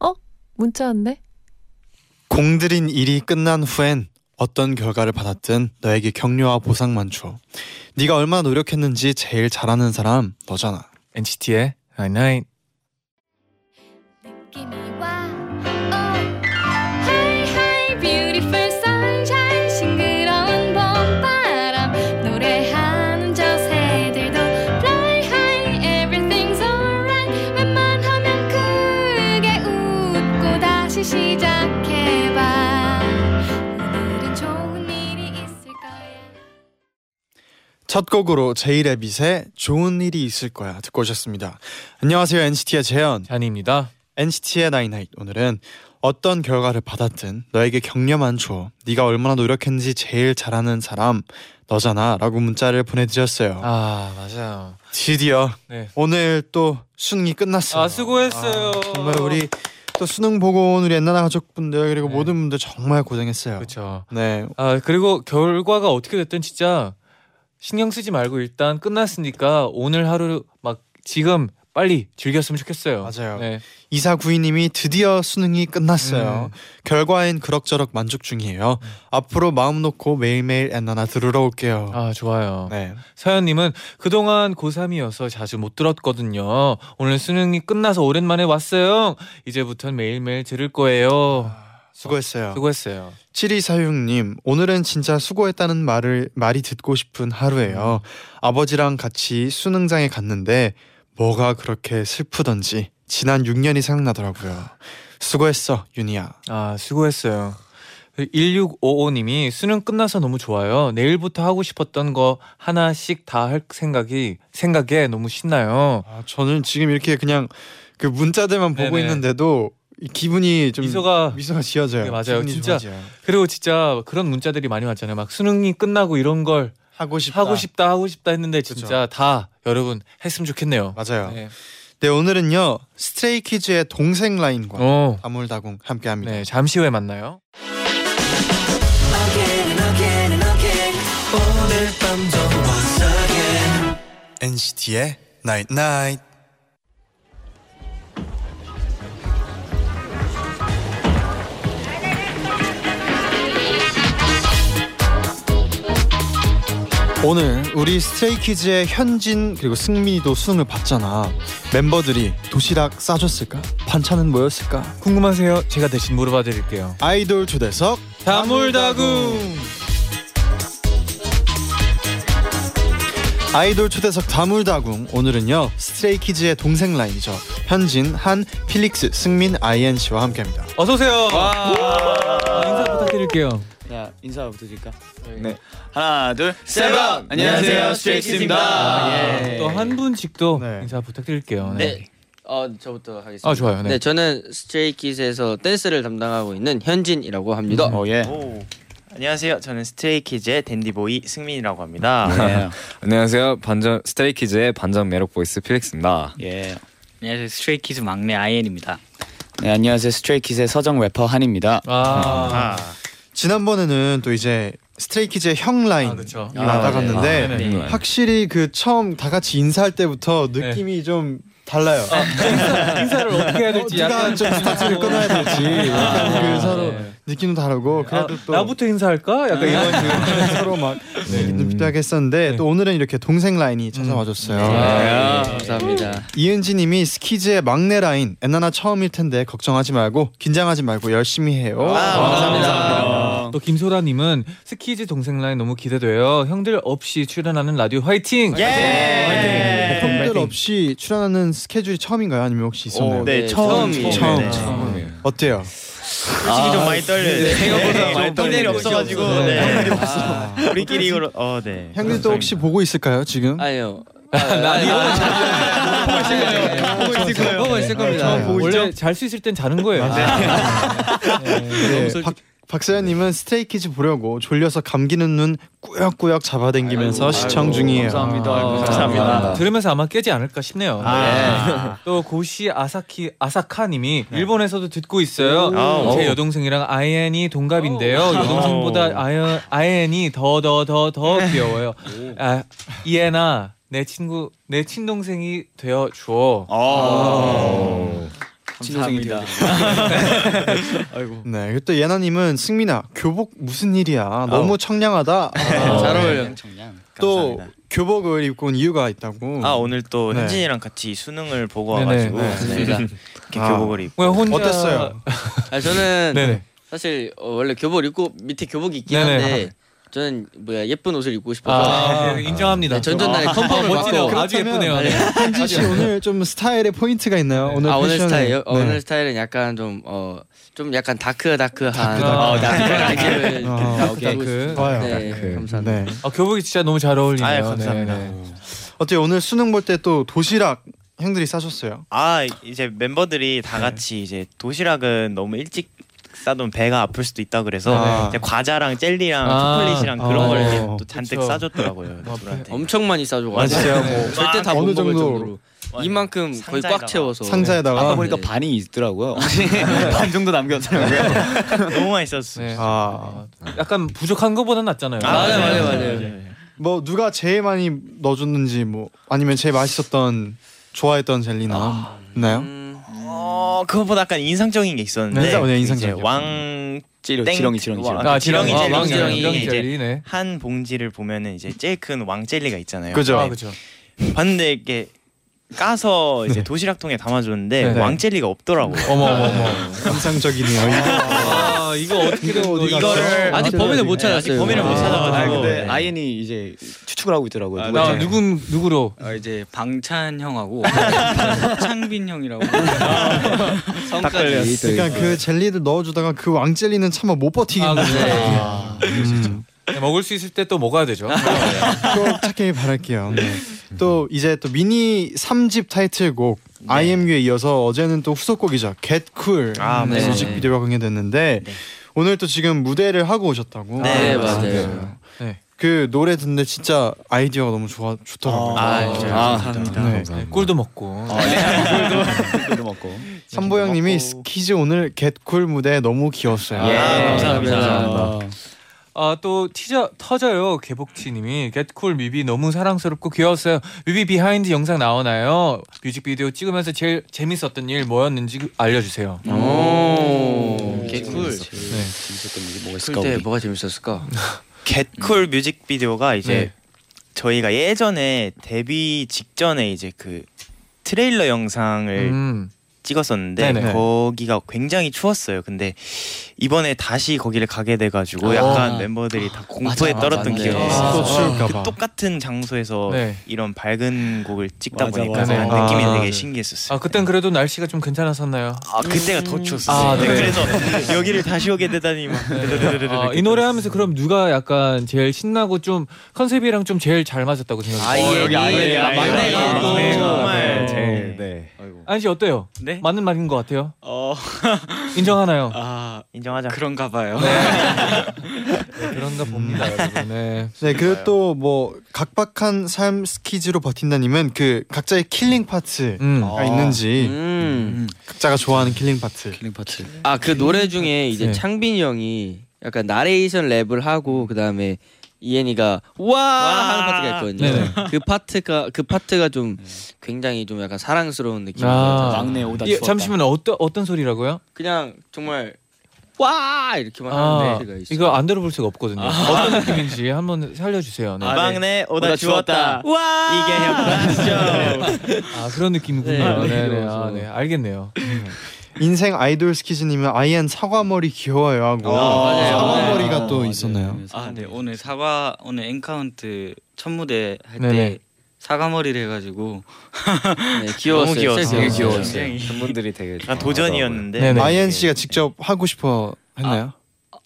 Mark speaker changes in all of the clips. Speaker 1: 어? 문자 왔네?
Speaker 2: 공들인 일이 끝난 후엔 어떤 결과를 받았든 너에게 격려와 보상만 줘. 네가 얼마나 노력했는지 제일 잘하는 사람 너잖아.
Speaker 3: NCT의 Night Night.
Speaker 4: 느낌이 와 oh. Hi hi beautiful sunshine 싱그러운 봄바람 노래하는 저 새들도 Fly high everything's alright 웬만하면 크게 웃고 다시 시작해봐 오늘은 좋은 일이 있을 거야
Speaker 2: 첫 곡으로 제이레빗의 좋은 일이 있을 거야 듣고 오셨습니다. 안녕하세요 NCT의 재현,
Speaker 3: 잔입니다.
Speaker 2: NCT의 나인나잇. 오늘은 어떤 결과를 받았든 너에게 격려만 줘. 네가 얼마나 노력했는지 제일 잘하는 사람 너잖아라고 문자를 보내드렸어요.
Speaker 3: 아 맞아요.
Speaker 2: 드디어
Speaker 3: 네.
Speaker 2: 오늘 또 수능이 끝났어요.
Speaker 3: 아, 수고했어요.
Speaker 2: 정말 우리 또 수능 보고 온 우리 옛날 가족분들 그리고
Speaker 3: 네.
Speaker 2: 모든 분들 정말 고생했어요.
Speaker 3: 그렇죠.
Speaker 2: 네.
Speaker 3: 아 그리고 결과가 어떻게 됐든 진짜 신경 쓰지 말고 일단 끝났으니까 오늘 하루 막 지금 빨리 즐겼으면 좋겠어요.
Speaker 2: 맞아요.
Speaker 3: 네.
Speaker 2: 이사 구이님이 드디어 수능이 끝났어요.
Speaker 3: 음.
Speaker 2: 결과엔 그럭저럭 만족 중이에요. 앞으로 마음 놓고 매일매일 엔나나 들으러 올게요.
Speaker 3: 아 좋아요.
Speaker 2: 네.
Speaker 3: 서현님은 그동안 고3이어서 자주 못 들었거든요. 오늘 수능이 끝나서 오랜만에 왔어요. 이제부턴 매일매일 들을 거예요.
Speaker 2: 수고했어요.
Speaker 3: 수고했어요.
Speaker 2: 7246님, 오늘은 진짜 수고했다는 말을 말이 듣고 싶은 하루예요. 아버지랑 같이 수능장에 갔는데 뭐가 그렇게 슬프던지 지난 6년이 생각나더라고요. 수고했어, 윤이야.
Speaker 3: 아 수고했어요. 1655님이 수능 끝나서 너무 좋아요. 내일부터 하고 싶었던 거 하나씩 다 할 생각이 생각에 너무 신나요.
Speaker 2: 아, 저는 지금 이렇게 그냥 그 문자들만 보고
Speaker 3: 네네.
Speaker 2: 있는데도 이 기분이 좀
Speaker 3: 미소가
Speaker 2: 미소가 지어져요.
Speaker 3: 네, 맞아요.
Speaker 2: 기분이
Speaker 3: 진짜
Speaker 2: 좋아져요.
Speaker 3: 그리고 진짜 그런 문자들이 많이 왔잖아요. 막 수능이 끝나고 이런 걸
Speaker 2: 하고 싶다.
Speaker 3: 하고 싶다 하고 싶다 했는데 진짜 다 여러분 했으면 좋겠네요.
Speaker 2: 맞아요. 네.
Speaker 3: 네.
Speaker 2: 오늘은요 스트레이키즈의 동생 라인과
Speaker 3: 어.
Speaker 2: 다물다궁 함께합니다.
Speaker 3: 네, 잠시 후에 만나요.
Speaker 5: Again and again and again 오늘 밤도 once again
Speaker 2: NCT의 Night Night. 오늘 우리 스트레이키즈의 현진 그리고 승민이도 수능을 봤잖아. 멤버들이 도시락 싸줬을까? 반찬은 뭐였을까?
Speaker 3: 궁금하세요? 제가 대신 물어봐 드릴게요.
Speaker 2: 아이돌 초대석
Speaker 3: 다물다궁.
Speaker 2: 아이돌 초대석 다물다궁 오늘은요 스트레이키즈의 동생 라인이죠 현진, 한, 필릭스, 승민, 아이엔 씨와 함께합니다.
Speaker 3: 어서 오세요. 아, 인사 부탁드릴게요.
Speaker 6: 자 인사 부탁드릴까?
Speaker 3: 네.
Speaker 6: 하나 둘 세븐 안녕하세요 스트레이키즈입니다. 예.
Speaker 3: 또 한 분씩도
Speaker 2: 네.
Speaker 3: 인사 부탁드릴게요.
Speaker 7: 네. 어 저부터 하겠습니다.
Speaker 3: 아 좋아요.
Speaker 7: 네.
Speaker 3: 네.
Speaker 7: 저는 스트레이키즈에서 댄스를 담당하고 있는 현진이라고 합니다.
Speaker 6: 어 예.
Speaker 8: 안녕하세요. 저는 스트레이키즈의 댄디보이 승민이라고 합니다.
Speaker 9: 네.
Speaker 10: 안녕하세요. 반전 스트레이키즈의 반전 매력 보이스 필릭스입니다.
Speaker 6: 예.
Speaker 11: 안녕하세요 스트레이키즈 막내 아이엔입니다.
Speaker 6: 네 안녕하세요 스트레이키즈의 서정 래퍼 한입니다.
Speaker 3: 아,
Speaker 2: 지난번에는 또 이제 스트레이키즈의 형
Speaker 3: 아,
Speaker 2: 라인
Speaker 3: 그렇죠.
Speaker 2: 이 나가갔는데
Speaker 3: 아, 네네.
Speaker 10: 네.
Speaker 2: 확실히 그 처음 다 같이 인사할 때부터
Speaker 3: 네.
Speaker 2: 느낌이 좀 달라요.
Speaker 3: 아, 인사를 어떻게 해야 될지
Speaker 2: 누가 좀 스타트를 끊어야 될지 약간
Speaker 3: 아,
Speaker 2: 그 서로
Speaker 3: 네.
Speaker 2: 느낌도 다르고
Speaker 3: 아,
Speaker 2: 그래도 또 네.
Speaker 3: 나부터 인사할까? 약간 이런 그 네. 식으로.
Speaker 2: 서로 막 눈빛하게 했었는데 또 오늘은 이렇게 동생
Speaker 3: 음.
Speaker 2: 라인이 찾아와줬어요.
Speaker 7: 아, 네, 감사합니다.
Speaker 2: 이은지님이 스키즈의 막내 라인 엔나나 처음일 텐데 걱정하지 말고 긴장하지 말고 열심히 해요.
Speaker 6: 감사합니다.
Speaker 3: 아, 또 김소라님은 스키즈 동생 라인 너무 기대돼요. 형들 없이 출연하는 라디오 화이팅.
Speaker 6: 예.
Speaker 2: 형들 없이 출연하는 스케줄이 처음인가요? 아니면 혹시 있었나요?
Speaker 7: 네, 처음이에요.
Speaker 2: 처음.
Speaker 6: 네.
Speaker 10: 처음이에요.
Speaker 2: 어때요?
Speaker 8: 솔직히 좀 많이 떨려요.
Speaker 6: 생각보다 많이
Speaker 8: 좀 기대를
Speaker 6: 떨리네요.
Speaker 8: 없어가지고
Speaker 3: 네.
Speaker 8: 네.
Speaker 7: 아,
Speaker 8: 우리끼리 이걸 어 네.
Speaker 9: 아,
Speaker 2: 형들도 혹시 보고 있을까요 지금?
Speaker 7: 아니요.
Speaker 3: 라디오
Speaker 7: 보고
Speaker 3: 보고 있을까요? 보고 있을 거예요.
Speaker 7: 뭐가 있을 겁니다.
Speaker 2: 네. 보고
Speaker 3: 원래 잘 수 있을 땐 자는 거예요.
Speaker 2: 네, 박 박서연님은 스테이키즈 보려고 졸려서 감기는 눈 꾸역꾸역 잡아당기면서
Speaker 7: 아이고,
Speaker 2: 시청
Speaker 7: 아이고,
Speaker 2: 중이에요.
Speaker 7: 감사합니다.
Speaker 2: 아이고,
Speaker 7: 감사합니다.
Speaker 3: 들으면서 아마 깨지 않을까 싶네요.
Speaker 8: 아.
Speaker 3: 또 고시 아사키 아사카님이 일본에서도 듣고 있어요.
Speaker 8: 오.
Speaker 3: 제
Speaker 8: 오.
Speaker 3: 여동생이랑 아이엔이 동갑인데요.
Speaker 8: 오.
Speaker 3: 여동생보다 아이엔- 아이엔이 더 더 더 더 귀여워요. 아, 이엔아 내 친구 내 친동생이 되어 주어.
Speaker 11: 감사합니다.
Speaker 2: 네, 그리고 또 예나님은 승민아 교복 무슨 일이야? 너무 청량하다. 아,
Speaker 7: 잘
Speaker 6: 네,
Speaker 7: 어울려.
Speaker 11: 청량.
Speaker 2: 또
Speaker 8: 감사합니다.
Speaker 2: 교복을 입고 온 이유가 있다고.
Speaker 8: 아 오늘 또
Speaker 2: 네.
Speaker 8: 현진이랑 같이 수능을 보고
Speaker 3: 네네,
Speaker 8: 와가지고
Speaker 3: 네.
Speaker 8: 맞습니다. 이렇게
Speaker 2: 아.
Speaker 8: 교복을 입고
Speaker 3: 왜 혼자
Speaker 2: 어땠어요?
Speaker 7: 아 저는
Speaker 3: 네네.
Speaker 7: 사실 어, 원래 교복 입고 밑에 교복 있긴
Speaker 3: 네네.
Speaker 7: 한데 저는 뭐야 예쁜 옷을 입고 싶어서
Speaker 3: 아, 인정합니다. 아,
Speaker 7: 네, 전전날에 컨펌을
Speaker 3: 멋지네요.
Speaker 7: 받고
Speaker 3: 아주 예쁘네요. 네.
Speaker 2: 현진 씨 오늘 좀 스타일의 포인트가 있나요? 오늘
Speaker 7: 아 오늘
Speaker 2: 패션에.
Speaker 7: 스타일 요
Speaker 5: 어,
Speaker 2: 네.
Speaker 7: 오늘 스타일은 약간 좀 어 좀 약간 다크 다크한
Speaker 3: 다크다크.
Speaker 7: 어, 다크한 느낌을
Speaker 2: 아,
Speaker 7: 나오게
Speaker 3: 다크다크.
Speaker 7: 하고 싶습니다.
Speaker 2: 좋아요.
Speaker 7: 네, 감사합니다.
Speaker 2: 네.
Speaker 3: 아, 교복이 진짜 너무 잘 어울리네요.
Speaker 8: 아유, 감사합니다.
Speaker 3: 네, 네.
Speaker 2: 어때요? 오늘 수능 볼 때 또 도시락 형들이 싸줬어요.
Speaker 8: 아 이제 멤버들이 다 같이 이제 도시락은 너무 일찍 싸두면 배가 아플 수도 있다 그래서
Speaker 2: 아.
Speaker 8: 이제 과자랑 젤리랑
Speaker 3: 아.
Speaker 8: 초콜릿이랑
Speaker 2: 아.
Speaker 8: 그런 걸 이렇게
Speaker 2: 어.
Speaker 8: 또 잔뜩
Speaker 3: 그쵸.
Speaker 8: 싸줬더라고요. 저한테.
Speaker 7: 엄청 많이 싸줘가지고
Speaker 2: 맞아요. 뭐
Speaker 7: 절대 다
Speaker 2: 어느
Speaker 7: 못 먹을
Speaker 2: 정도로?
Speaker 7: 정도로 이만큼 거의 꽉 채워서
Speaker 2: 상자에다가
Speaker 6: 아까 보니까
Speaker 7: 네.
Speaker 6: 반이 있더라고요. 반 정도 남겼더라고요.
Speaker 8: 너무 맛있었어. 요
Speaker 3: 네.
Speaker 2: 아.
Speaker 3: 약간 부족한 것보다 낫잖아요.
Speaker 8: 네,
Speaker 7: 맞아요, 맞아요, 맞아요.
Speaker 2: 뭐 누가 제일 많이 넣어줬는지 뭐 아니면 제일 맛있었던 좋아했던 젤리나 있나요?
Speaker 7: 음,
Speaker 8: 어 그것보다 약간 인상적인 게
Speaker 2: 네,
Speaker 8: 있었는데
Speaker 2: 인상- 네,
Speaker 8: 이제
Speaker 2: 인상적이었죠.
Speaker 8: 왕
Speaker 6: 지렁,
Speaker 8: 땡-
Speaker 6: 지렁이, 지렁이, 지렁이.
Speaker 8: 와,
Speaker 3: 아, 지렁이,
Speaker 8: 지렁이,
Speaker 3: 아,
Speaker 8: 지렁이,
Speaker 3: 지렁이, 지렁이
Speaker 8: 이제
Speaker 3: 젤리네.
Speaker 8: 한 봉지를 보면은 이제 제일 큰 왕젤리가 있잖아요.
Speaker 2: 그죠.
Speaker 3: 아, 그죠.
Speaker 8: 봤는데 이게 까서 이제
Speaker 2: 네.
Speaker 8: 도시락통에 담아줬는데
Speaker 2: 네.
Speaker 8: 왕젤리가 없더라고요.
Speaker 2: 어머 어머 어머 감상적이네요.
Speaker 3: 아, 이거 어떻게 된 거?
Speaker 2: 어디가
Speaker 3: 이거를
Speaker 7: 아직 범인을 못
Speaker 9: 네,
Speaker 7: 찾았어요.
Speaker 8: 아직 범인을 못 찾아가지고.
Speaker 6: 아, 근데
Speaker 8: 네.
Speaker 6: 아이엔이 이제 추측을 하고 있더라고요.
Speaker 8: 아,
Speaker 3: 나
Speaker 6: 누가
Speaker 8: 네.
Speaker 3: 누군 누구로?
Speaker 11: 어, 이제 방찬 형하고
Speaker 7: 네.
Speaker 11: 창빈 형이라고
Speaker 8: 아,
Speaker 7: 성까지
Speaker 2: 그러니까 그 젤리를 넣어주다가 그 왕젤리는 참아 못 버티겠네.
Speaker 3: 아, 그래요?
Speaker 2: 아, 음,
Speaker 3: 네, 먹을 수 있을 때 또 먹어야 되죠.
Speaker 2: 꼭 찾길 바랄게요. 네. 또 이제 또 미니 3집 타이틀곡
Speaker 8: 네.
Speaker 2: IMU에 이어서 어제는 또 후속곡이죠. Get Cool
Speaker 8: 아,
Speaker 2: 네.
Speaker 7: 네.
Speaker 2: 뮤직비디오가 공개됐는데
Speaker 8: 네.
Speaker 2: 오늘 또 지금 무대를 하고 오셨다고.
Speaker 7: 네,
Speaker 8: 아,
Speaker 7: 맞아요.
Speaker 3: 네.
Speaker 2: 그 노래 듣는데 진짜 아이디어가 너무 좋아 좋더라고요.
Speaker 8: 아,
Speaker 7: 진짜요?
Speaker 8: 감사합니다.
Speaker 2: 네.
Speaker 3: 네, 꿀도 먹고.
Speaker 6: 이거 먹고.
Speaker 2: 삼보영님이
Speaker 8: 먹고.
Speaker 2: 스키즈 오늘 겟쿨 무대 너무 귀여웠어요.
Speaker 8: 어.
Speaker 7: 아,
Speaker 8: 예, 감사합니다.
Speaker 3: 아 또 티저 터져요 개복치님이 겟쿨 뮤비 너무 사랑스럽고 귀여웠어요 뮤비 비하인드 영상 나오나요 뮤직비디오 찍으면서 제일 재밌었던 일 뭐였는지 알려주세요
Speaker 7: 오, 개꿀.
Speaker 6: 음, 재밌었던 게 뭐가 있을까?
Speaker 7: 그때
Speaker 6: 우리?
Speaker 7: 뭐가 재밌었을까?
Speaker 8: 겟쿨 뮤직비디오가 이제
Speaker 3: 네.
Speaker 8: 저희가 예전에 데뷔 직전에 이제 그 트레일러 영상을
Speaker 3: 음.
Speaker 8: 찍었었는데
Speaker 3: 네네.
Speaker 8: 거기가 굉장히 추웠어요. 근데 이번에 다시 거기를 가게 돼가지고 약간 멤버들이 다 공포에
Speaker 7: 맞아,
Speaker 8: 떨었던
Speaker 7: 맞네.
Speaker 8: 기억이
Speaker 7: 아,
Speaker 8: 있어요.
Speaker 2: 또 추울까
Speaker 8: 그
Speaker 2: 봐.
Speaker 8: 똑같은 장소에서
Speaker 3: 네.
Speaker 8: 이런 밝은 곡을 찍다
Speaker 6: 맞아,
Speaker 8: 보니까
Speaker 6: 맞아.
Speaker 8: 약간 느낌이
Speaker 3: 아,
Speaker 8: 되게
Speaker 3: 네.
Speaker 8: 신기했었어요.
Speaker 3: 아 그땐 그래도 날씨가 좀 괜찮았었나요
Speaker 8: 아 그때가 더 추웠어요.
Speaker 3: 아, 네.
Speaker 8: 그래서 여기를 다시 오게 되다니 막.
Speaker 3: 아, 이 노래 하면서 그럼 누가 약간 제일 신나고 좀 컨셉이랑 좀 제일 잘 맞았다고 생각해요
Speaker 7: 아이엔이
Speaker 6: 여기 아이엔이,
Speaker 7: 아,
Speaker 6: 아이엔이.
Speaker 7: 막내가 또
Speaker 8: 막내가.
Speaker 7: 정말
Speaker 8: 네, 제일,
Speaker 10: 네.
Speaker 3: 아니지 어때요
Speaker 11: 네?
Speaker 3: 맞는 말인 것 같아요
Speaker 11: 어,
Speaker 3: 인정하나요
Speaker 11: 아
Speaker 8: 인정하자. 네,
Speaker 11: 그런가 봐요.
Speaker 3: 그런가 봅니다 여러분 네.
Speaker 2: 네, 그리고 또 뭐 각박한 삶 스키즈로 버틴다님은 그 각자의 킬링 파트가
Speaker 3: 음.
Speaker 2: 있는지
Speaker 7: 아. 음.
Speaker 2: 각자가 좋아하는 킬링 파트.
Speaker 11: 킬링 파트.
Speaker 7: 아 그 노래 중에 이제
Speaker 3: 네.
Speaker 7: 창빈이 형이 약간 나레이션 랩을 하고 그 다음에 이엔이가 와 하는 파트가 있거든요.
Speaker 3: 네네.
Speaker 7: 그 파트가 그 파트가 좀 굉장히 좀 약간 사랑스러운 느낌.
Speaker 3: 아.
Speaker 6: 막내 오다
Speaker 3: 예,
Speaker 6: 추웠다.
Speaker 3: 잠시만 어떤 어떤 소리라고요
Speaker 7: 그냥 정말 와 이렇게만
Speaker 3: 아,
Speaker 7: 하는 데가 있어요.
Speaker 3: 이거 안 들어볼 수가 없거든요. 어떤 느낌인지 한번 살려주세요. 네.
Speaker 11: 아,
Speaker 8: 막내 오다,
Speaker 11: 오다 주웠다.
Speaker 8: 주웠다. 이게
Speaker 7: 아,
Speaker 8: 협박쇼.
Speaker 3: 아, 그런 느낌이군요.
Speaker 7: 네,
Speaker 3: 네, 네,
Speaker 7: 그래서.
Speaker 3: 아, 네, 알겠네요.
Speaker 2: 인생 아이돌 스키즈님은 아이엔 사과머리 귀여워요 하고
Speaker 7: 어, 맞아요.
Speaker 2: 사과머리가
Speaker 7: 아,
Speaker 2: 또 있었나요?
Speaker 11: 아, 네. 오늘 사과 오늘 엔카운트 첫 무대 할
Speaker 3: 네네.
Speaker 11: 때 사과머리를 해 가지고
Speaker 7: 네, 귀여웠어요.
Speaker 8: 너무 귀여웠어요.
Speaker 7: 진짜 되게
Speaker 3: 아,
Speaker 7: 귀여웠어요.
Speaker 11: 굉장히
Speaker 10: 팬분들이 되게
Speaker 8: 약간 도전이었는데
Speaker 3: 네, 네.
Speaker 7: 아,
Speaker 2: 아이엔 씨가 직접 하고 싶어 했나요?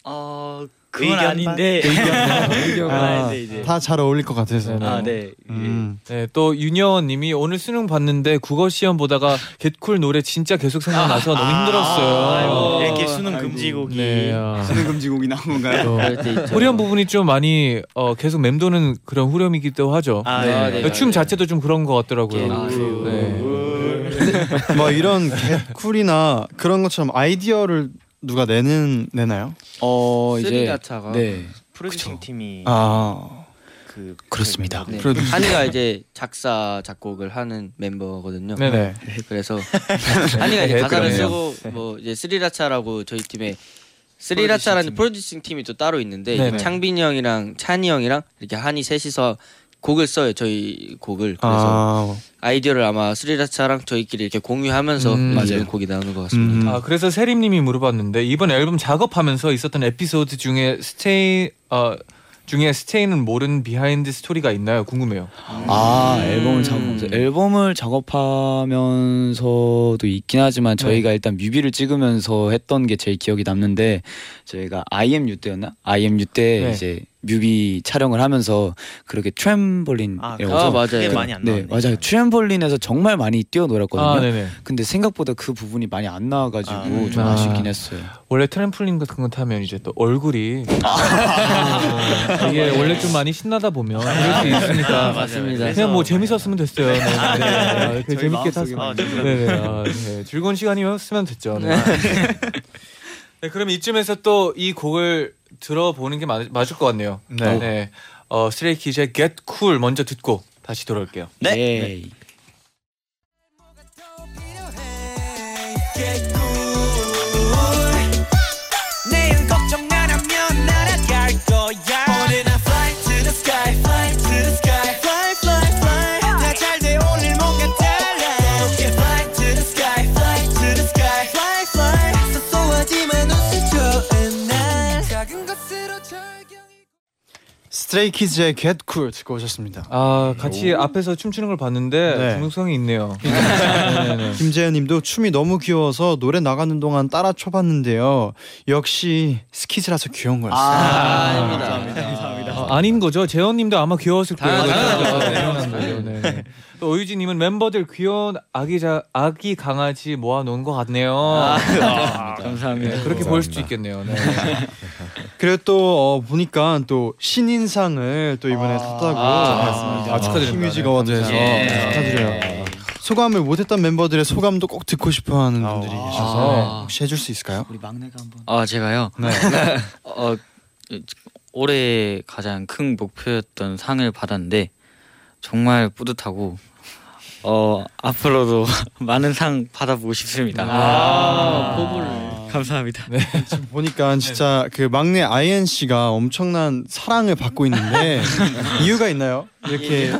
Speaker 11: 어, 그건
Speaker 8: 의견
Speaker 11: 아닌데
Speaker 2: 아,
Speaker 7: 네,
Speaker 11: 아닌데 이제
Speaker 2: 다 잘 어울릴 것 같아서.
Speaker 11: 아 네.
Speaker 2: 음.
Speaker 3: 네, 또 윤여원님이 오늘 수능 봤는데 국어 시험 보다가 개쿨 노래 진짜 계속 생각나서 아, 너무 힘들었어요.
Speaker 11: 아이고.
Speaker 8: 이렇게 수능
Speaker 6: 아이고.
Speaker 8: 아, 금지곡이
Speaker 3: 네, 아.
Speaker 6: 수능 금지곡이 나온 건가요?
Speaker 3: 또
Speaker 7: 그럴 때 있죠.
Speaker 3: 후렴 부분이 좀 많이 어, 계속 맴도는 그런 후렴이기도 하죠.
Speaker 8: 아,
Speaker 7: 아,
Speaker 8: 네.
Speaker 7: 네.
Speaker 3: 춤 자체도 좀 그런 것 같더라고요.
Speaker 7: 아,
Speaker 3: 네.
Speaker 7: 예.
Speaker 2: 뭐 이런 개쿨이나 그런 것처럼 아이디어를 누가 내는 내나요?
Speaker 6: 어 이제
Speaker 7: 스리가차가
Speaker 6: 네
Speaker 8: 프로듀싱 팀이
Speaker 2: 아
Speaker 8: 그
Speaker 6: 그렇습니다.
Speaker 7: 네.
Speaker 2: 그래도-
Speaker 7: 한이가 이제 작사 작곡을 하는 멤버거든요.
Speaker 3: 네.
Speaker 2: 네.
Speaker 7: 그래서 한이가 이제
Speaker 3: 네,
Speaker 7: 가사를
Speaker 3: 그러네요.
Speaker 7: 쓰고 뭐 이제 스리라차라고 저희 팀에 스리라차라는 프로듀싱 팀이 또 따로 있는데
Speaker 3: 네,
Speaker 7: 이제
Speaker 3: 네.
Speaker 7: 창빈이 형이랑 찬이 형이랑 이렇게 한이 셋이서 곡을 써요 저희 곡을 그래서
Speaker 2: 아
Speaker 7: 아. 이디어를 아마 스리라차랑 저희끼리 이렇게 공유하면서
Speaker 3: 음,
Speaker 7: 이런
Speaker 6: 맞아요.
Speaker 7: 곡이 나오는 것 같습니다.
Speaker 2: 음.
Speaker 3: 아, 그래서 세림님이 물어봤는데 이번 앨범 작업하면서 있었던 에피소드 중에 스테이 어, 중에 스테이는 모른 비하인드 스토리가 있나요? 궁금해요.
Speaker 6: 아
Speaker 7: 음.
Speaker 6: 앨범을 작업하면서 앨범을 작업하면서도 있긴 하지만 저희가 일단 뮤비를 찍으면서 했던 게 제일 기억이 남는데 저희가 IMU 때였나? IMU 때
Speaker 3: 네.
Speaker 6: 이제 뮤비 촬영을 하면서 그렇게 트램볼린
Speaker 8: 아,
Speaker 9: 네,
Speaker 6: 이라고 해서
Speaker 7: 아
Speaker 8: 그게
Speaker 7: 맞아요.
Speaker 8: 많이 안
Speaker 6: 네
Speaker 8: 나왔네.
Speaker 6: 맞아요 트램볼린에서 정말 많이 뛰어놀았거든요.
Speaker 3: 아, 네네.
Speaker 6: 근데 생각보다 그 부분이 많이 안 나와가지고
Speaker 8: 아,
Speaker 3: 음.
Speaker 6: 좀
Speaker 3: 아.
Speaker 6: 아쉽긴 했어요.
Speaker 3: 원래 트램플린 같은 거 타면 이제 또 얼굴이 아, 이게 원래 좀 많이 신나다 보면 그럴 수 있으니까
Speaker 7: 맞습니다.
Speaker 3: 그냥 뭐 재밌었으면 됐어요. 네, 네, 네. 아, 이렇게
Speaker 6: 저희
Speaker 3: 재밌게
Speaker 6: 마음속에
Speaker 3: 탔어요.
Speaker 8: 아, 저도요.
Speaker 3: 네네. 아, 네. 즐거운 시간이었으면 됐죠. 네. 네, 그럼 이쯤에서 또 이 곡을 들어보는 게 맞, 맞을 것 같네요.
Speaker 2: 네.
Speaker 3: 어, 스트레이키즈의 Get Cool 먼저 듣고 다시 돌아올게요.
Speaker 8: 네.
Speaker 6: 네.
Speaker 5: Get cool. 내일 걱정 안 하면 날아갈 거야 오늘 나 fly to the sky fly to the sky fly fly fly 나잘돼 오늘 뭔가 달라 어깨 fly to the sky fly to the sky fly fly 소소하지만 웃음 좋은 날 작은 것으로 절경이
Speaker 2: 스트레이키즈의 Get Cool 듣고 오셨습니다.
Speaker 3: 아, 같이 앞에서 춤추는 걸 봤는데
Speaker 2: 네.
Speaker 3: 중독성이 있네요. 네네네.
Speaker 2: 김재현님도 춤이 너무 귀여워서 노래 나가는 동안 따라 춰봤는데요. 역시 스키즈라서 귀여운 거였어요.
Speaker 7: 아, 닙니다
Speaker 3: 아, 아닌 거죠? 재현님도 아마 귀여웠을 거예요.
Speaker 7: 당연하죠.
Speaker 3: 네, 당연한 거죠. 네, 네. 또 의유진님은 멤버들 귀여운 아기자 아기 강아지 모아놓은 것 같네요.
Speaker 6: 감사합니다.
Speaker 3: 네, 그렇게 보일 수도 있겠네요. 네.
Speaker 2: 그리고 또 어, 보니까 또 신인상을 또 이번에 탔다고
Speaker 3: 아, 축하드립니다.
Speaker 2: 뮤직 어워드에서 예.
Speaker 3: 네,
Speaker 2: 축하드려요. 소감을 못했던 멤버들의 소감도 꼭 듣고 싶어하는 분들이 계셔서
Speaker 11: 아.
Speaker 2: 혹시 해줄 수 있을까요?
Speaker 6: 우리 막내가 한번.
Speaker 11: 아 제가요.
Speaker 2: 네.
Speaker 11: 어 올해 가장 큰 목표였던 상을 받았는데 정말 뿌듯하고 어 앞으로도 많은 상 받아보고 싶습니다.
Speaker 3: 아,
Speaker 11: 감사합니다.
Speaker 2: 지금 보니까 진짜 그 막내 아이엔 씨가 엄청난 사랑을 받고 있는데 이유가 있나요? 이렇게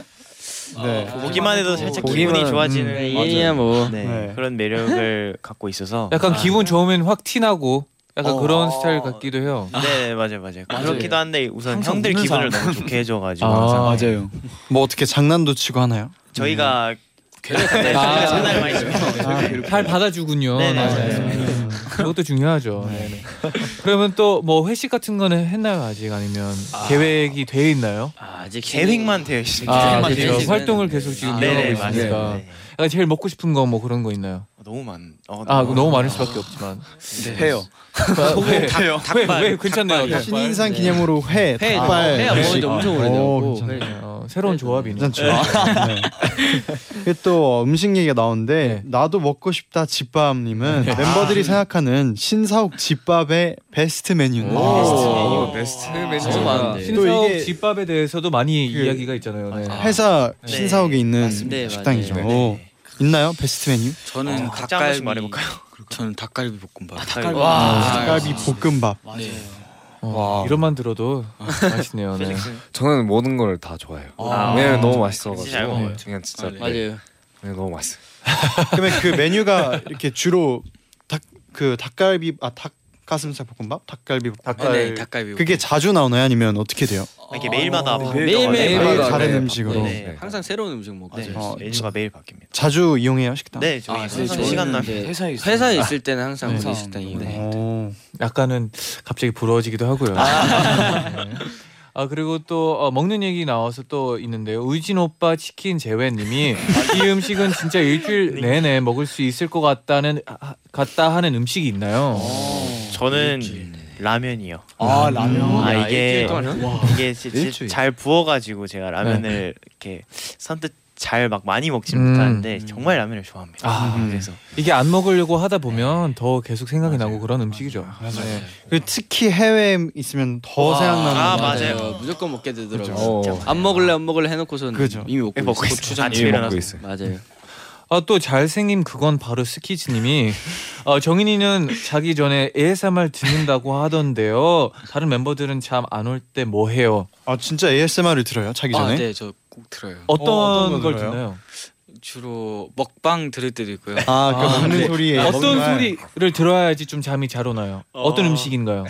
Speaker 2: 네.
Speaker 8: 보기만 해도 살짝
Speaker 2: 보기만-
Speaker 8: 기분이 좋아지는
Speaker 7: 네, 예니야 뭐.
Speaker 8: 네,
Speaker 2: 네.
Speaker 8: 그런 매력을 갖고 있어서
Speaker 3: 약간 기분 좋으면 확 티나고 약간
Speaker 8: 어.
Speaker 3: 그런 스타일 같기도 해요.
Speaker 8: 네 맞아요 맞아요 그렇기도 한데 우선
Speaker 6: 항상
Speaker 8: 형들
Speaker 6: 웃는
Speaker 8: 기분을
Speaker 6: 사람.
Speaker 8: 너무 좋게 해줘가지고
Speaker 3: 아,
Speaker 8: 항상
Speaker 6: 맞아요.
Speaker 2: 뭐 어떻게 장난도 치고 하나요?
Speaker 8: 저희가 네, 저희가 장난을 많이 쳐요
Speaker 3: 잘 받아주군요.
Speaker 8: 네, 네,
Speaker 3: 그것도 중요하죠. 네, 네. 그러면 또 뭐 회식 같은 거는 했나요 아직 아니면 계획이 돼 있나요?
Speaker 7: 아, 아직
Speaker 8: 계획만 되어 있습니다
Speaker 3: 아,
Speaker 7: 계획만
Speaker 3: 그렇죠.
Speaker 7: 되어 있어요.
Speaker 3: 활동을 계속 지금
Speaker 7: 아,
Speaker 3: 이어가고
Speaker 8: 네네
Speaker 3: 있으니까
Speaker 8: 맞아요 네.
Speaker 3: 약간 제일 먹고 싶은 거 뭐 그런 거 있나요?
Speaker 8: 너무 많 어, 네.
Speaker 3: 아 그거 너무 많을 수밖에 없지만
Speaker 8: 해요
Speaker 3: 소금
Speaker 8: 해요
Speaker 3: 왜, 왜 괜찮네요. 아, 닭발.
Speaker 2: 신인상 기념으로 회,
Speaker 7: 회
Speaker 2: 닭발,
Speaker 7: 회야 먹은
Speaker 2: 회식.
Speaker 7: 지 엄청
Speaker 2: 오,
Speaker 7: 오래되었고
Speaker 2: 괜찮-
Speaker 7: 회.
Speaker 3: 어, 새로운 조합이니까.
Speaker 2: 괜찮죠. 네. 이게 또 어, 음식 얘기가 나오는데
Speaker 3: 네.
Speaker 2: 나도 먹고 싶다 집밥님은 멤버들이 생각하는 신사옥 집밥의 베스트 메뉴는
Speaker 10: 오, 베스트
Speaker 7: 너무
Speaker 10: 멘트가
Speaker 7: 많은데.
Speaker 2: 또
Speaker 3: 아, 신사옥
Speaker 2: 이게-
Speaker 3: 집밥에 대해서도 많이
Speaker 2: 그-
Speaker 3: 이야기가 있잖아요. 네.
Speaker 2: 회사
Speaker 8: 네.
Speaker 2: 신사옥에 있는
Speaker 8: 맞습니다.
Speaker 7: 네,
Speaker 2: 식당이죠.
Speaker 7: 맞아요.
Speaker 2: 오, 있나요 베스트 메뉴?
Speaker 11: 저는
Speaker 8: 각자 어, 한 번씩
Speaker 11: 닭갈비
Speaker 8: 말해볼까요? 아,
Speaker 11: 저는 닭갈비 볶음밥.
Speaker 8: 닭갈비.
Speaker 7: 아.
Speaker 2: 닭갈비 볶음밥.
Speaker 3: 어, 이름만 들어도 맛있네요. 네.
Speaker 10: 저는 모든 걸 다 좋아해요.
Speaker 8: 아.
Speaker 9: 네,
Speaker 10: 왜냐면 너무
Speaker 8: 진짜 잘
Speaker 10: 맛있어가지고
Speaker 8: 먹어요.
Speaker 10: 그냥 진짜 네.
Speaker 7: 맞아요.
Speaker 10: 그냥 너무 맛있어. 요
Speaker 2: 그러면 그 메뉴가 이렇게 주로 닭 그 닭갈비 아 닭가슴살 볶음밥, 닭갈비 볶음밥.
Speaker 7: 아,
Speaker 11: 닭갈... 네, 닭갈비.
Speaker 2: 그게 자주 나오나요? 아니면 어떻게 돼요?
Speaker 8: 이게 매일마다 바뀌어요.
Speaker 7: 매일매일
Speaker 2: 매일
Speaker 7: 바꿔요.
Speaker 2: 다른
Speaker 7: 네,
Speaker 2: 음식으로
Speaker 8: 네.
Speaker 7: 항상 새로운 음식
Speaker 5: 아,
Speaker 7: 먹고
Speaker 8: 네,
Speaker 2: 어,
Speaker 8: 메뉴가 매일 바뀝니다.
Speaker 2: 자주 이용해요 식당.
Speaker 8: 네, 저희
Speaker 7: 아,
Speaker 8: 항상
Speaker 7: 저희는
Speaker 8: 시간
Speaker 7: 이제
Speaker 8: 나면
Speaker 6: 회사에 있어요.
Speaker 7: 회사에 있을 때는 항상
Speaker 2: 네.
Speaker 11: 어.
Speaker 7: 우리 식당이
Speaker 2: 오.
Speaker 3: 약간은 갑자기 부러워지기도 하고요. 네. 아 그리고 또 어, 먹는 얘기 나와서 또 있는데요. 의진 오빠 치킨 제외님이 이 음식은 진짜 일주일 내내 먹을 수 있을 것 같다는 아, 같다 하는 음식이 있나요?
Speaker 8: 저는 라면이요.
Speaker 9: 음, 아, 라면.
Speaker 8: 아
Speaker 9: 야,
Speaker 8: 이게
Speaker 9: 일주일 동안요? 와.
Speaker 8: 이게 지- 지-
Speaker 9: 일주일.
Speaker 8: 잘 부어가지고 제가 라면을
Speaker 9: 네.
Speaker 8: 이렇게 선뜻 잘 막 많이 먹지는
Speaker 3: 음.
Speaker 8: 못하는데 정말 라면을 좋아합니다. 음.
Speaker 3: 아,
Speaker 9: 네.
Speaker 8: 그래서
Speaker 3: 이게 안 먹으려고 하다 보면 더 계속 생각이 나고 그런 음식이죠. 네.
Speaker 2: 그리고 특히 해외에 있으면 더
Speaker 7: 와.
Speaker 2: 뭐 생각나는
Speaker 7: 아,
Speaker 2: 거.
Speaker 7: 맞아요. 무조건 먹게 되더라고요.
Speaker 2: 그죠. 어.
Speaker 7: 진짜. 안 먹을래 안 먹을래 해놓고서는
Speaker 2: 그죠. 예,
Speaker 7: 이미 먹고,
Speaker 2: 먹고
Speaker 7: 있어요.
Speaker 2: 있어요.
Speaker 7: 고추장
Speaker 2: 아침에
Speaker 7: 이미
Speaker 2: 일어나서.
Speaker 7: 맞아요.
Speaker 3: 아 또 잘생김 그건 바로 스키즈님이 어, 정인이는 자기 전에 ASMR 듣는다고 하던데요. 다른 멤버들은 잠 안 올 때 뭐 해요?
Speaker 2: 아 진짜 ASMR을 들어요? 자기 전에?
Speaker 11: 아, 네, 저 꼭 들어요.
Speaker 3: 어떤 걸 듣나요?
Speaker 11: 주로 먹방 들을 때도 있고요.
Speaker 2: 아, 그 먹는
Speaker 3: 네.
Speaker 2: 소리에
Speaker 3: 어떤
Speaker 2: 정말.
Speaker 3: 소리를 들어야지 좀 잠이 잘 오나요? 어... 떤
Speaker 11: 어.
Speaker 3: 음식인가요?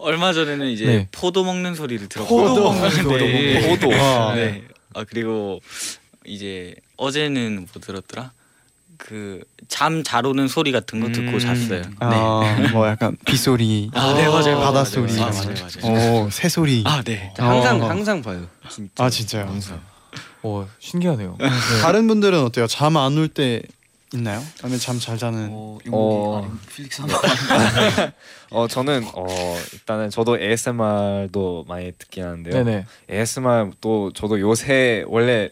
Speaker 11: 얼마 전에는 이제
Speaker 3: 네.
Speaker 11: 포도 먹는 소리를 들었고
Speaker 3: 포도 먹는 소리.
Speaker 11: 네.
Speaker 3: 포도. 아.
Speaker 11: 네. 아 그리고 이제 어제는 뭐 들었더라? 그 잠 잘 오는 소리 같은 거
Speaker 2: 음.
Speaker 11: 듣고 잤어요. 네.
Speaker 2: 아, 뭐 약간 빗소리,
Speaker 11: 아, 네, 맞아요, 맞아요,
Speaker 2: 바다
Speaker 11: 맞아요,
Speaker 2: 소리, 어.
Speaker 11: 맞아요,
Speaker 2: 오, 새 소리.
Speaker 11: 아, 네.
Speaker 7: 항상
Speaker 2: 어.
Speaker 7: 항상 봐요.
Speaker 2: 아 진짜요. 항상.
Speaker 3: 오, 신기하네요.
Speaker 2: 다른 분들은 어때요? 잠 안 올 때 있나요? 아니면 잠 잘 자는?
Speaker 9: 음.
Speaker 10: 어, 어 저는 어 일단은 저도 ASMR도 많이 듣긴 하는데요.
Speaker 3: 네네.
Speaker 10: ASMR 또 저도 요새 원래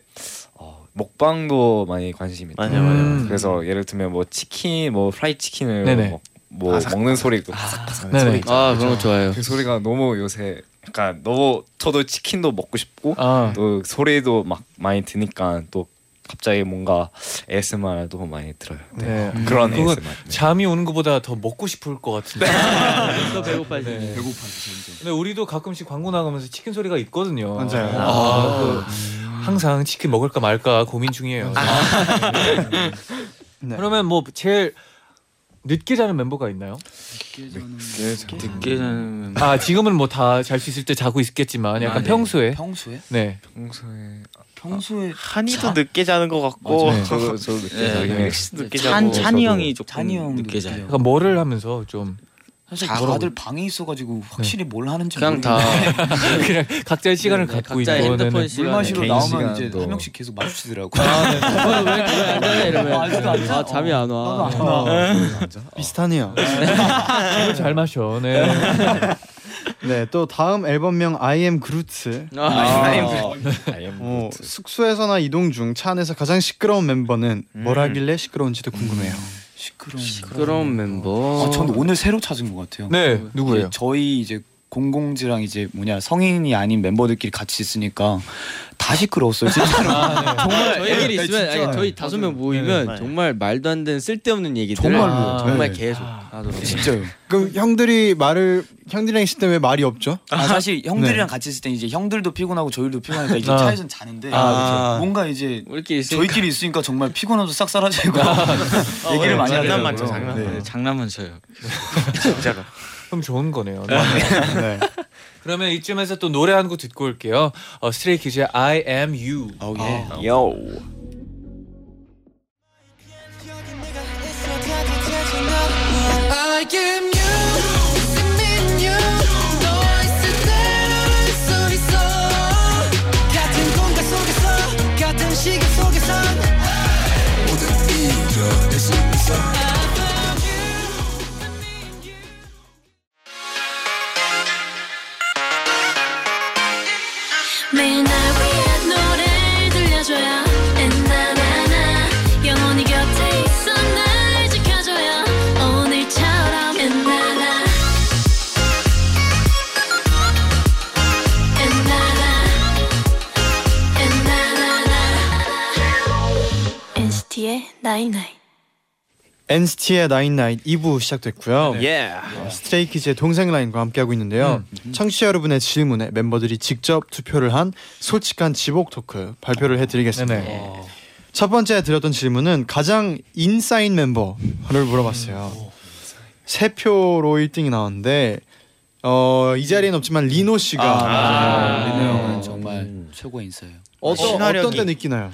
Speaker 10: 어, 먹방도 많이 관심이 있어요.
Speaker 3: 맞아요, 맞아요. 음.
Speaker 10: 그래서 예를 들면 뭐 치킨, 뭐 프라이 치킨을
Speaker 3: 네네. 아,
Speaker 10: 뭐, 뭐
Speaker 3: 바삭-
Speaker 10: 먹는 소리, 그 바삭바삭한
Speaker 3: 네네.
Speaker 10: 소리. 있잖아요.
Speaker 3: 아, 그런
Speaker 9: 그렇죠.
Speaker 3: 거 좋아해요.
Speaker 10: 그 소리가 너무 요새 약간 너무 저도 치킨도 먹고 싶고
Speaker 3: 아.
Speaker 10: 또 소리도 막 많이 드니까 또 갑자기 뭔가 ASMR도 많이 들어요. 네. 그런
Speaker 3: 음. 그건
Speaker 10: ASMR.
Speaker 3: 잠이 오는 것보다 더 먹고 싶을 것 같은데.
Speaker 7: 더 배고파지네.
Speaker 3: 배고파지 근데 우리도 가끔씩 광고 나가면서 치킨 소리가 있거든요.
Speaker 2: 맞아요.
Speaker 3: 아,
Speaker 2: 아.
Speaker 3: 그 항상 치킨 먹을까 말까 고민 중이에요. 네. 그러면 뭐 제일 늦게 자는 멤버가 있나요?
Speaker 11: 늦게 자는
Speaker 3: 아 지금은 뭐 다 잘 수 있을 때 자고 있겠지만 약간
Speaker 11: 아, 네.
Speaker 3: 평소에
Speaker 11: 평소에?
Speaker 3: 네
Speaker 10: 평소에
Speaker 11: 평소에
Speaker 8: 한이도 늦게 자는 것 같고 네,
Speaker 3: 맞아요. 저도- 저도
Speaker 2: 네.
Speaker 3: 늦게
Speaker 11: 네.
Speaker 3: 자긴 해요.
Speaker 8: 역시 늦게
Speaker 3: 찬-
Speaker 8: 자고
Speaker 3: 찬이
Speaker 8: 저도.
Speaker 3: 형이 조금
Speaker 9: 찬이 형
Speaker 3: 늦게
Speaker 9: 자요.
Speaker 3: 약간 뭐를 하면서 좀
Speaker 9: 사실
Speaker 3: 자라고.
Speaker 9: 다들 방에 있어가지고 확실히 뭘 하는지
Speaker 3: 그냥 다-
Speaker 7: 아,
Speaker 9: 모르겠는데.
Speaker 3: 그냥 각자의 시간을 네, 네, 갖고 각자의 있는 핸드폰 거는- 시간에
Speaker 9: 물 마시러
Speaker 3: 개인
Speaker 9: 나오면 이제
Speaker 3: 시간도.
Speaker 9: 한 명씩 계속 마주치더라고.
Speaker 7: 아, 네. 어, 왜- 왜안 자냐 이러면.
Speaker 9: 아, 아직도 안 자?
Speaker 7: 아, 잠이 안 와.
Speaker 9: 나도 안
Speaker 7: 어.
Speaker 2: 네. 아, 비슷하네요.
Speaker 3: 이거 잘 마셔. 네.
Speaker 2: 네, 또 다음 앨범명 I Am Groot.
Speaker 7: 아, I Am
Speaker 2: 어, 숙소에서나 이동 중 차 안에서 가장 시끄러운 멤버는 뭘 하길래 시끄러운지도 궁금해요.
Speaker 9: 시끄러운,
Speaker 7: 시끄러운 멤버.
Speaker 9: 아, 전 오늘 새로 찾은 것 같아요.
Speaker 3: 네, 누구예요?
Speaker 9: 이제 저희 이제 공공지랑 이제 뭐냐 성인이 아닌 멤버들끼리 같이 있으니까 다 시끄러웠어요 진짜로.
Speaker 7: 정말
Speaker 9: 예,
Speaker 7: 저희끼리
Speaker 5: 네,
Speaker 7: 있으면
Speaker 9: 진짜.
Speaker 7: 아니, 저희 다섯 명 모이면
Speaker 9: 네.
Speaker 7: 정말 말도 안 되는 쓸데없는 얘기들
Speaker 2: 정말로.
Speaker 7: 아, 정말
Speaker 2: 네.
Speaker 7: 계속 하더라고요.
Speaker 9: 진짜요.
Speaker 2: 그럼 형들이 말을 형들이랑 있을 때 왜 말이 없죠?
Speaker 9: 아, 사실 형들이랑
Speaker 2: 네.
Speaker 9: 같이 있을 때 이제 형들도 피곤하고 저희도 피곤하니까 이제
Speaker 2: 아.
Speaker 9: 그 차에선 자는데
Speaker 2: 아, 그쵸.
Speaker 9: 뭔가 이제
Speaker 7: 우리끼리
Speaker 11: 있으니까.
Speaker 9: 저희끼리 있으니까 정말 피곤함도 싹 사라지고
Speaker 3: 어, 네,
Speaker 9: 얘기를 많이
Speaker 11: 장난만 쳐
Speaker 9: 하더라고요.
Speaker 11: 장난
Speaker 9: 네.
Speaker 11: 네. 장난만 쳐요.
Speaker 8: 진짜로.
Speaker 3: 아, 그럼 좋은 거네요.
Speaker 2: 네.
Speaker 3: 그러면 이쯤에서 또 노래 한 곡 듣고 올게요. 어, 스트레이키즈의 I Am You.
Speaker 2: 어,
Speaker 9: 오
Speaker 3: 예.
Speaker 5: I am you, 있으면 you, 너 있을 때로 있을 수 있어. 같은 공간 속에서, 같은 시간 속에서. 모두 잊어낼 수 있어.
Speaker 4: 매일 날 위한 노래를 들려줘요 엔나나나 영원히 곁에 있어 날 지켜줘요 오늘처럼 엔나나 엔나나 엔나나나 NCT의 나인나인
Speaker 2: NCT의 나인나인 2부 시작됐고요.
Speaker 8: 네. 예.
Speaker 2: 어, 스트레이키즈의 동생 라인과 함께하고 있는데요.
Speaker 9: 음.
Speaker 2: 청취자 여러분의 질문에 멤버들이 직접 투표를 한 솔직한 지목 토크 발표를 해드리겠습니다.
Speaker 9: 네,
Speaker 2: 어. 첫 번째 드렸던 질문은 가장 인싸인 멤버를
Speaker 9: 음.
Speaker 2: 물어봤어요. 세 표로 1등이 나왔는데 어, 이 자리는 없지만 리노 씨가
Speaker 9: 아,
Speaker 2: 아,
Speaker 9: 리노 형은 정말 최고 인싸예요.
Speaker 2: 어떤
Speaker 9: 신화력이.
Speaker 2: 어떤 때 느끼나요?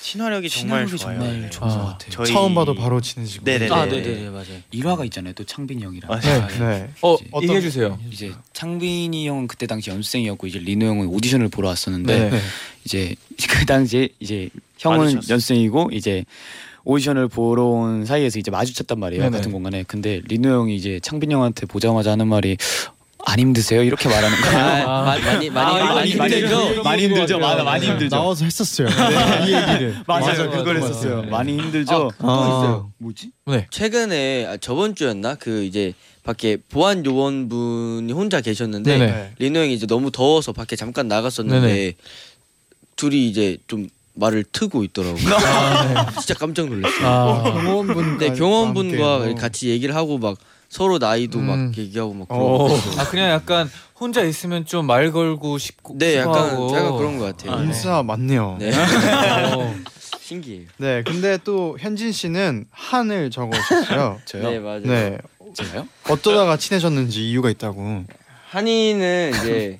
Speaker 8: 친화력이 정말 좋아요.
Speaker 9: 친화력이 정말
Speaker 8: 네.
Speaker 9: 좋은 것 같아요.
Speaker 8: 저희-
Speaker 2: 처음 봐도 바로 친해지고.
Speaker 8: 네네네.
Speaker 9: 아, 네네네, 맞아요. 일화가 있잖아요, 또 창빈이 형이랑.
Speaker 8: 아, 네,
Speaker 2: 네.
Speaker 3: 어,
Speaker 9: 이제-
Speaker 3: 얘기해 주세요.
Speaker 9: 이제 창빈이 형은 그때 당시 연습생이었고 이제 리노 형은 오디션을 보러 왔었는데
Speaker 3: 네.
Speaker 9: 이제 그 당시에 이제 형은
Speaker 6: 마주쳤어.
Speaker 9: 연습생이고 이제 오디션을 보러 온 사이에서 이제 마주쳤단 말이에요
Speaker 6: 네네.
Speaker 9: 같은 공간에 근데 리노 형이 이제 창빈 형한테 보자마자 하는 말이 안 힘드세요 이렇게 말하는 거예요.
Speaker 7: 아, 마- 많이- 많이- 아, 이거 많이 이거 힘들죠? 이거
Speaker 9: 많이
Speaker 7: 이거
Speaker 9: 힘들죠.
Speaker 7: 이거
Speaker 9: 많이
Speaker 7: 맞아요.
Speaker 9: 많이 힘들죠.
Speaker 2: 나와서 했었어요.
Speaker 9: 네,
Speaker 2: 이 얘기를.
Speaker 9: 맞아요.
Speaker 2: 맞아요, 그걸
Speaker 9: 맞아요.
Speaker 2: 했었어요.
Speaker 9: 많이 힘들죠.
Speaker 7: 아, 또 있어요.
Speaker 9: 뭐지?
Speaker 7: 최근에 아, 저번 주였나 그 이제 밖에 보안 요원 분이 혼자 계셨는데
Speaker 3: 네네.
Speaker 7: 리노 형이 이제 너무 더워서 밖에 잠깐 나갔었는데
Speaker 3: 네네.
Speaker 7: 둘이 이제 좀 말을 트고 있더라고요.
Speaker 2: 아, 네.
Speaker 7: 진짜 깜짝 놀랐어요.
Speaker 3: 아.
Speaker 2: 경호원분과
Speaker 7: 네, 경호원분과
Speaker 3: 함께, 어.
Speaker 7: 같이 얘기를 하고 막 서로 나이도 막 얘기하고 막 그러고
Speaker 3: 어.
Speaker 7: 있었어요.
Speaker 3: 음. 아 그냥 약간 혼자 있으면 좀 말 걸고 싶고
Speaker 7: 네, 약간
Speaker 3: 싶어하고.
Speaker 7: 제가 그런 것 같아요.
Speaker 3: 아, 네.
Speaker 2: 인싸 맞네요.
Speaker 7: 네.
Speaker 3: 어.
Speaker 7: 신기해요.
Speaker 2: 네, 근데 또 현진 씨는 한을 적어주셨어요.
Speaker 7: 저요? 네, 맞아요.
Speaker 2: 네.
Speaker 9: 제가요?
Speaker 2: 어쩌다가 친해졌는지 이유가 있다고.
Speaker 7: 한이는 이제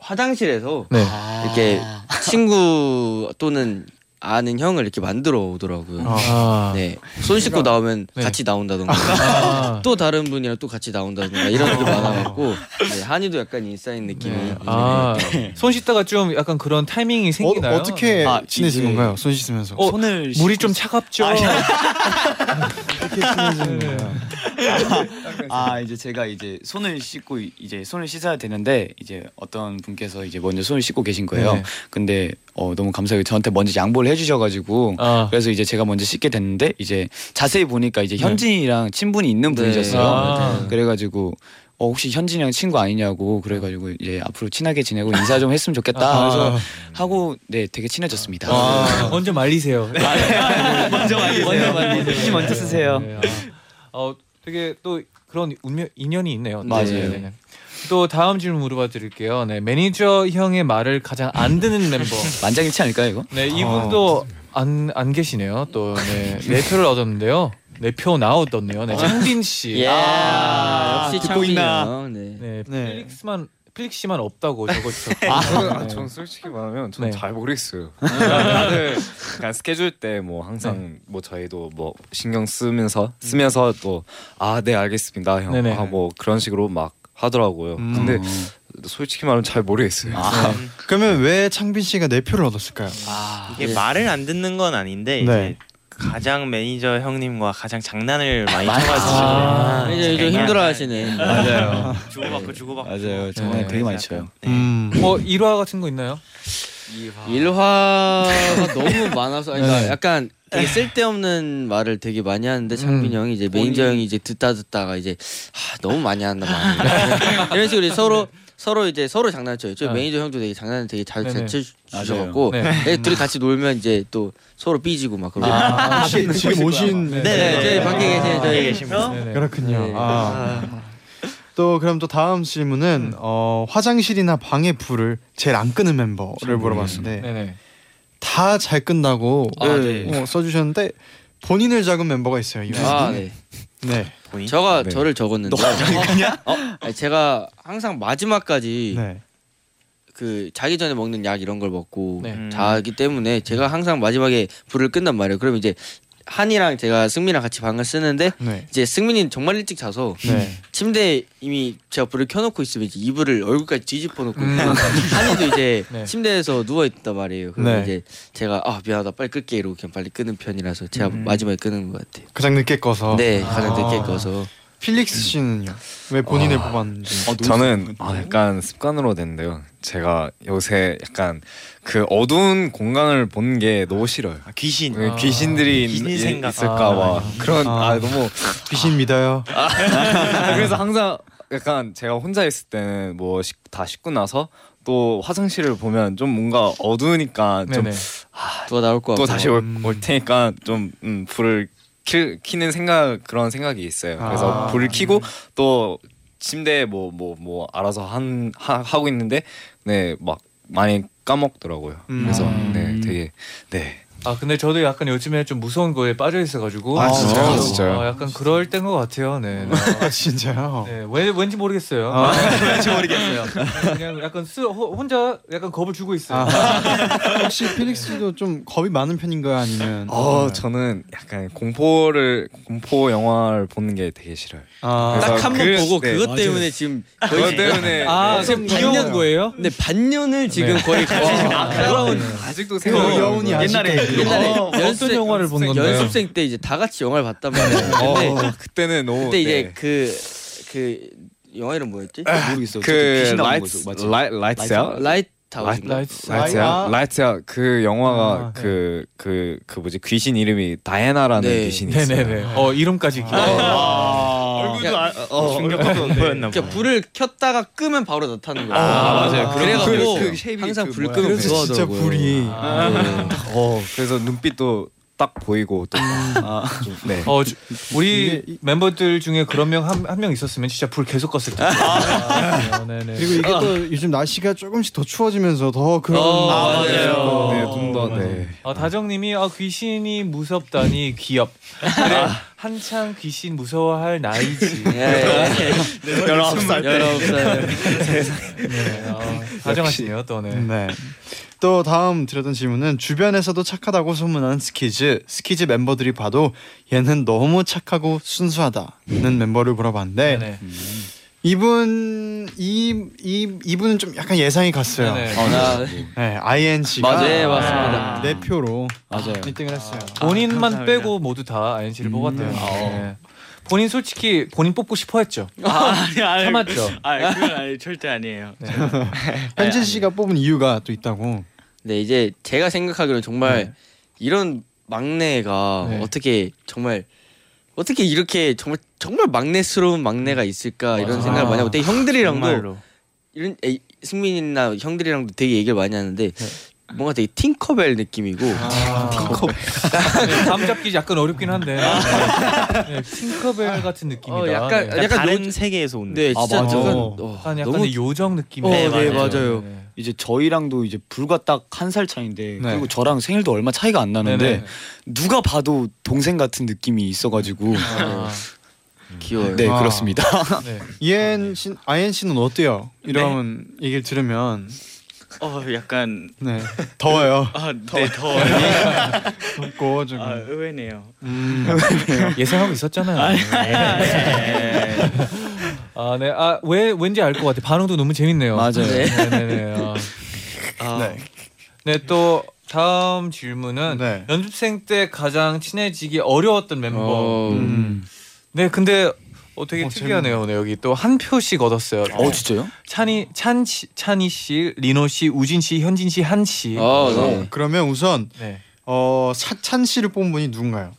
Speaker 7: 화장실에서
Speaker 2: 네.
Speaker 7: 이렇게
Speaker 3: 아.
Speaker 7: 친구 또는 아는 형을 이렇게 만들어 오더라고요.
Speaker 3: 아.
Speaker 7: 네, 손 씻고 나오면
Speaker 3: 네.
Speaker 7: 같이 나온다던가
Speaker 3: 아.
Speaker 7: 또 다른 분이랑 또 같이 나온다던가 이런 것도 많아갖고 네, 한이도 약간 인싸인 느낌이
Speaker 3: 아, 손 씻다가 좀 약간 그런 타이밍이 생기나요?
Speaker 2: 네. 어떻게 친해진 건가요? 손 씻으면서.
Speaker 3: 어,
Speaker 9: 손을
Speaker 3: 물이 좀 차갑죠.
Speaker 2: 어떻게 친해지는 거예요?
Speaker 9: 아 이제 제가 이제 손을 씻고 이- 이제 손을 씻어야 되는데 이제 어떤 분께서 이제 먼저 손을 씻고 계신 거예요.
Speaker 6: 네.
Speaker 9: 근데 어, 너무 감사하게 저한테 먼저 양보를 해주셔가지고
Speaker 3: 어.
Speaker 6: 아.
Speaker 9: 그래서 이제 제가 먼저 씻게 됐는데 이제 자세히 보니까
Speaker 3: 네.
Speaker 9: 이제 현진이랑 친분이 있는
Speaker 6: 네.
Speaker 9: 분이셨어요.
Speaker 6: 아. 네.
Speaker 9: 그래가지고 어 혹시 현진이랑 친구 아니냐고 그래가지고 이제 앞으로 친하게 지내고 인사 좀 했으면 좋겠다.
Speaker 3: 아.
Speaker 9: 그래서 하고 네 되게 친해졌습니다.
Speaker 3: 아, 먼저 말리세요.
Speaker 9: 먼저 말리세요.
Speaker 3: 먼저 말리세요.
Speaker 9: 혹시 먼저 쓰세요.
Speaker 3: 네, 아. 어, 되게 또 그런 운명 인연이 있네요. 네,
Speaker 9: 맞아요.
Speaker 3: 네, 네. 또 다음 질문 물어봐 드릴게요. 네, 매니저 형의 말을 가장 안 듣는 멤버.
Speaker 9: 만장일치 아닐까요 이거?
Speaker 3: 네, 이분도 안 안 계시네요. 또 네, 네 표를 얻었는데요. 네 표 나왔었네요. 네, 창빈 씨.
Speaker 7: 예.
Speaker 3: 아,
Speaker 7: 역시
Speaker 3: 듣고 있나?
Speaker 7: 창빈이요. 네.
Speaker 3: 네,
Speaker 2: 네.
Speaker 3: 필릭스만 필릭 씨만 없다고 적어주셨고.
Speaker 10: 아, 저는,
Speaker 7: 네.
Speaker 10: 아, 저는 솔직히 말하면 저는
Speaker 3: 네.
Speaker 10: 잘 모르겠어요. 다들 약간 스케줄 때 뭐
Speaker 3: 네.
Speaker 10: 항상 뭐 저희도 뭐 신경 쓰면서 쓰면서 또 아 네 알겠습니다 형.
Speaker 3: 네네. 음.
Speaker 10: 아 뭐 그런 식으로 막 하더라고요.
Speaker 2: 음.
Speaker 10: 근데 솔직히 말하면 잘 모르겠어요.
Speaker 2: 네. 그러면 왜 창빈 씨가 내 표를 얻었을까요?
Speaker 7: 아,
Speaker 8: 아, 이게
Speaker 7: 예.
Speaker 2: 네.
Speaker 8: 말을 안 듣는 건 아닌데
Speaker 2: 네.
Speaker 8: 이제 가장 매니저 형님과 가장 장난을 많이
Speaker 9: 많이
Speaker 8: 쳐가지고
Speaker 9: 아,
Speaker 7: 매니저 좀 힘들어하시네.
Speaker 9: 맞아요.
Speaker 8: 주고받고 주고받고
Speaker 9: 맞아요. 정말
Speaker 3: 네.
Speaker 9: 되게 많이 쳐요. 음.
Speaker 2: 음.
Speaker 3: 뭐 일화 같은 거 있나요?
Speaker 7: 일화가 너무 많아서 아니, 그러니까
Speaker 3: 네.
Speaker 7: 약간 되게 쓸데없는 말을 되게 많이 하는데 창빈이 형이 이제 매니저 형이 이제 듣다 듣다가 이제 아, 너무 많이 한다 많이 이런 식으로 이제 서로 서로 이제 서로 장난쳐요. 저희
Speaker 3: 네.
Speaker 7: 매니저 형도 되게 장난을 되게 잘
Speaker 3: 네네.
Speaker 7: 잘 쳐주셔갖고
Speaker 3: 맞아요. 네.
Speaker 7: 애 둘이 같이 놀면 이제 또 서로 삐지고 막 그러고.
Speaker 2: 아, 지금 지금 오신
Speaker 8: 뭐
Speaker 7: 네, 네, 저희 밖에
Speaker 8: 아,
Speaker 7: 계신 저희 계신
Speaker 8: 어?
Speaker 3: 네,
Speaker 2: 그렇군요. 아. 또 그럼 또 다음 질문은 어, 화장실이나 방의 불을 제일 안 끄는 멤버를 물어봤는데
Speaker 3: 네네.
Speaker 2: 다 잘 끈다고
Speaker 7: 아, 네.
Speaker 2: 어, 써주셨는데 본인을 작은 멤버가 있어요. 이
Speaker 7: 아,
Speaker 2: 분은.
Speaker 7: 네.
Speaker 2: 네.
Speaker 7: 저가
Speaker 2: 네.
Speaker 7: 저를 적었는데. 어? 아니, 제가 항상 마지막까지
Speaker 2: 네.
Speaker 7: 그 자기 전에 먹는 약 이런 걸 먹고
Speaker 3: 네. 음.
Speaker 7: 자기 때문에 제가 항상 마지막에 불을 끈단 말이에요. 그럼 이제 한이랑 제가 승민이랑 같이 방을 쓰는데
Speaker 2: 네.
Speaker 7: 이제 승민이는 정말 일찍 자서
Speaker 2: 네.
Speaker 7: 침대에 이미 제가 불을 켜놓고 있으면 이제 이불을 얼굴까지 뒤집어 놓고 한이도 이제
Speaker 3: 네.
Speaker 7: 침대에서 누워 있단 말이에요. 그럼
Speaker 2: 네.
Speaker 7: 이제 제가 아 미안하다 빨리 끌게 이러고 그냥 빨리 끄는 편이라서 제가 마지막에 끄는 것 같아요.
Speaker 2: 가장 늦게 꺼서.
Speaker 7: 네 가장 늦게
Speaker 2: 아.
Speaker 7: 꺼서 음. 아.
Speaker 2: 필릭스 씨는요? 왜 본인을 뽑았는지.
Speaker 7: 어,
Speaker 10: 저는 아, 약간 습관으로 됐는데요. 제가 요새 약간 그 어두운 공간을 보는 게 너무 싫어요.
Speaker 8: 귀신
Speaker 10: 왜 귀신들이
Speaker 8: 아, 귀신
Speaker 10: 있-
Speaker 8: 생각.
Speaker 10: 있을까봐
Speaker 2: 아.
Speaker 10: 그런 아,
Speaker 2: 아.
Speaker 10: 너무
Speaker 2: 귀신 믿어요.
Speaker 10: 그래서 항상 약간 제가 혼자 있을 때는 뭐 다 씻고 나서 또 화장실을 보면 좀 뭔가
Speaker 2: 아,
Speaker 10: 어두우니까 좀
Speaker 3: 네네.
Speaker 7: 또 나올 것 같고
Speaker 10: 또 다시 올, 올 테니까 좀 음, 불을 키, 키는 생각 그런 생각이 있어요. 그래서
Speaker 3: 아.
Speaker 10: 불을 켜고 또 침대에 뭐 뭐 뭐 알아서 한 하, 하고 있는데 네 막 많이 까먹더라고요.
Speaker 2: 음.
Speaker 10: 그래서 네 되게 네
Speaker 3: 아 근데 저도 약간 요즘에 좀 무서운 거에 빠져 있어가지고
Speaker 2: 아, 진짜요?
Speaker 3: 어,
Speaker 2: 아, 진짜요?
Speaker 3: 어, 약간 그럴 때인 것 같아요. 네.
Speaker 2: 아, 진짜요?
Speaker 3: 네, 왜, 왠지 모르겠어요.
Speaker 2: 아,
Speaker 3: 왠지 모르겠어요. 그냥 약간 쓰, 호, 혼자 약간 겁을 주고 있어요.
Speaker 2: 아.
Speaker 3: 네.
Speaker 2: 혹시 필릭스도 좀 겁이 많은 편인가요, 아니면?
Speaker 9: 음.
Speaker 10: 어 저는 약간 공포를 공포 영화를 보는 게 되게 싫어요.
Speaker 2: 아.
Speaker 10: 그래서
Speaker 7: 딱 한 번
Speaker 10: 그-
Speaker 7: 보고
Speaker 10: 네.
Speaker 7: 그것 때문에 지금
Speaker 10: 그것 때문에
Speaker 7: 아,
Speaker 10: 네.
Speaker 7: 지금 반년 거예요? 네 반년을 지금
Speaker 10: 네.
Speaker 7: 거의 같이 지금
Speaker 10: 아,
Speaker 3: 네.
Speaker 7: 돌아온
Speaker 10: 아직도
Speaker 7: 그
Speaker 10: 생각나는
Speaker 7: 여운이
Speaker 10: 거예요.
Speaker 7: 옛날에
Speaker 10: 아직도
Speaker 7: 옛날에
Speaker 10: 있어요.
Speaker 7: 연습생-
Speaker 10: 어떤 영화를 본 건가요?
Speaker 7: 연습생 때 이제 다 같이 영화를 봤단 말이에요. 근데
Speaker 10: 어, 그때는 너무
Speaker 7: 그때 이제
Speaker 10: 네.
Speaker 7: 그 그 영화 이름 뭐였지? 모르겠어.
Speaker 10: 그 라이트 라이 라이트 아웃
Speaker 7: 라이트
Speaker 10: 라이트
Speaker 7: 라이트
Speaker 10: 아웃 라이트 아웃 그 영화가 그 그 그 뭐지 귀신 이름이 다이애나라는
Speaker 3: 네.
Speaker 10: 귀신이
Speaker 3: 네,
Speaker 10: 있어요.
Speaker 3: 네, 네. 어 이름까지.
Speaker 2: 아.
Speaker 3: 기억-
Speaker 7: 얼굴도 아,
Speaker 10: 어, 중력파도 보였나
Speaker 7: 그러니까 불을 켰다가 끄면 바로 나타나는 거야.
Speaker 10: 아, 맞아요. 그-
Speaker 7: 그래가지고
Speaker 10: 그- 그 쉐입이
Speaker 7: 항상
Speaker 10: 그
Speaker 7: 불
Speaker 10: 뭐야.
Speaker 7: 끄면
Speaker 10: 그래서
Speaker 7: 무서워
Speaker 10: 진짜
Speaker 7: 하더라고요.
Speaker 10: 불이.
Speaker 7: 아, 네.
Speaker 10: 어 그래서 눈빛도 딱 보이고 또 좀, 네.
Speaker 3: 어 주- 우리 멤버들 중에 그런 명 한 명 있었으면 진짜 불 계속 껐을 텐데. 아, 네, 네.
Speaker 2: 그리고 이게 또 요즘 날씨가 조금씩 더 추워지면서 더 그런
Speaker 7: 어,
Speaker 3: 아,
Speaker 10: 맞아요. 네,
Speaker 2: 좀더 네.
Speaker 3: 아, 다정님이 아, 귀신이 무섭다니 귀엽. 그래 한창 귀신 무서워할
Speaker 7: 예,
Speaker 3: 나이지.
Speaker 10: 네,
Speaker 7: 예. 열아홉 살 때. 열아홉 살.
Speaker 3: 네, 어, 다정하시네요 또 네.
Speaker 2: 네. 또 다음 드렸던 질문은 주변에서도 착하다고 소문난 스키즈 스키즈 멤버들이 봐도 얘는 너무 착하고 순수하다는 멤버를
Speaker 3: 네,
Speaker 7: 네,
Speaker 2: 물어봤는데 음. 이분 이, 이 이분은 좀 약간 예상이 갔어요.
Speaker 7: 네네. 어,
Speaker 10: 아,
Speaker 7: 나-
Speaker 2: 네, INC가
Speaker 7: 맞아요. 네, 맞습니다.
Speaker 2: 네 표로
Speaker 7: 맞아요.
Speaker 2: 1등을 했어요.
Speaker 3: 본인만
Speaker 2: 감사합니다.
Speaker 3: 빼고 모두 다 INC를 뽑았대요. 네. 본인 솔직히 본인 뽑고 싶어했죠.
Speaker 8: 아,
Speaker 3: 참았죠.
Speaker 11: 아 그건 아니 절대 아니에요.
Speaker 3: 네.
Speaker 2: 현진 씨가 뽑은 이유가 또 있다고.
Speaker 7: 네 이제 제가 생각하기로는 정말 이런 막내가 어떻게 정말 어떻게 이렇게 정말 정말 막내스러운 막내가 있을까 이런 생각을 많이 하고 되게 형들이랑도
Speaker 5: 정말로.
Speaker 7: 이런 에, 승민이나 형들이랑도 되게 얘기를 많이 하는데 뭔가 되게 팅커벨 느낌이고
Speaker 3: 아.
Speaker 7: 팅커벨
Speaker 3: 네, 감 잡기 약간 어렵긴 한데. 네, 팅커벨 같은 느낌이다.
Speaker 7: 어, 약간-
Speaker 3: 네.
Speaker 7: 약간
Speaker 8: 다른 세계에서 온
Speaker 7: 네,
Speaker 8: 느낌.
Speaker 7: 진짜 저건- 어,
Speaker 3: 약간 약간의 요정 느낌.
Speaker 9: 네, 맞아요. 이제 저희랑도 이제 불과 딱 한 살 차인데 그리고 저랑 생일도 얼마 차이가 안 나는데
Speaker 3: 네. 네네.
Speaker 9: 누가 봐도 동생 같은 느낌이 있어가지고
Speaker 3: 아. 네.
Speaker 7: 귀여워요.
Speaker 9: 네
Speaker 2: 아.
Speaker 9: 그렇습니다.
Speaker 7: 네.
Speaker 2: 이엔 씨, 아엔 씨는 어때요? 이런 얘기를 들으면
Speaker 11: 어 약간
Speaker 2: 네 더워요.
Speaker 11: 아, 네 더워.
Speaker 2: 덥고 좀.
Speaker 11: 아 의외네요.
Speaker 2: 음.
Speaker 3: 예상하고 있었잖아요. 네. 아, 네. 아, 왜 왠지 알 것 같아. 반응도 너무 재밌네요. 맞아요. 네, 네, 네. 아. 아. 네. 또 다음 질문은 연습생 때 가장 친해지기 어려웠던 멤버. 음. 네, 근데 어 되게 특이하네요. 네, 여기 또 한 표씩 얻었어요. 어,
Speaker 9: 진짜요?
Speaker 7: 아,
Speaker 3: 찬이 찬 씨, 찬이 씨, 리노 씨, 우진 씨, 현진 씨, 한
Speaker 7: 네.
Speaker 3: 씨.
Speaker 2: 어, 그러면 우선
Speaker 3: 아, 네.
Speaker 2: 어 사찬 씨를 뽑은 분이 누군가요?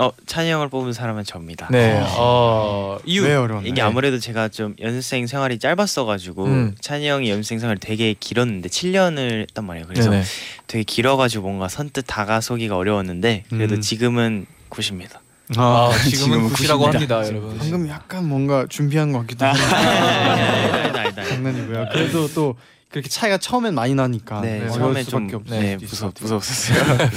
Speaker 8: 어 찬이 형을 뽑은 사람은 접니다.
Speaker 3: 네, 어, 이유. 왜 어려웠나요?
Speaker 8: 이게 아무래도 제가 좀 연습생 생활이 짧았어가지고
Speaker 3: 음.
Speaker 8: 찬이 형이 연습생 생활이 되게 길었는데 7년을 했단 말이에요. 그래서
Speaker 3: 네네.
Speaker 8: 되게 길어가지고 뭔가 선뜻 다가서기가 어려웠는데 그래도
Speaker 2: 음.
Speaker 8: 지금은 굿입니다.
Speaker 3: 아, 지금은 굿이라고 합니다, 여러분.
Speaker 2: 방금 약간 뭔가 준비한 것 같기도 하고
Speaker 11: 네,
Speaker 2: 장난이고요. 그래도 또 그렇게 차이가 처음엔 많이 나니까
Speaker 8: 네,
Speaker 2: 어려울
Speaker 8: 처음에
Speaker 2: 아, 수밖에
Speaker 8: 좀,
Speaker 2: 없을
Speaker 8: 네,
Speaker 2: 수도
Speaker 8: 무서-
Speaker 2: 있을
Speaker 8: 무서웠었어요.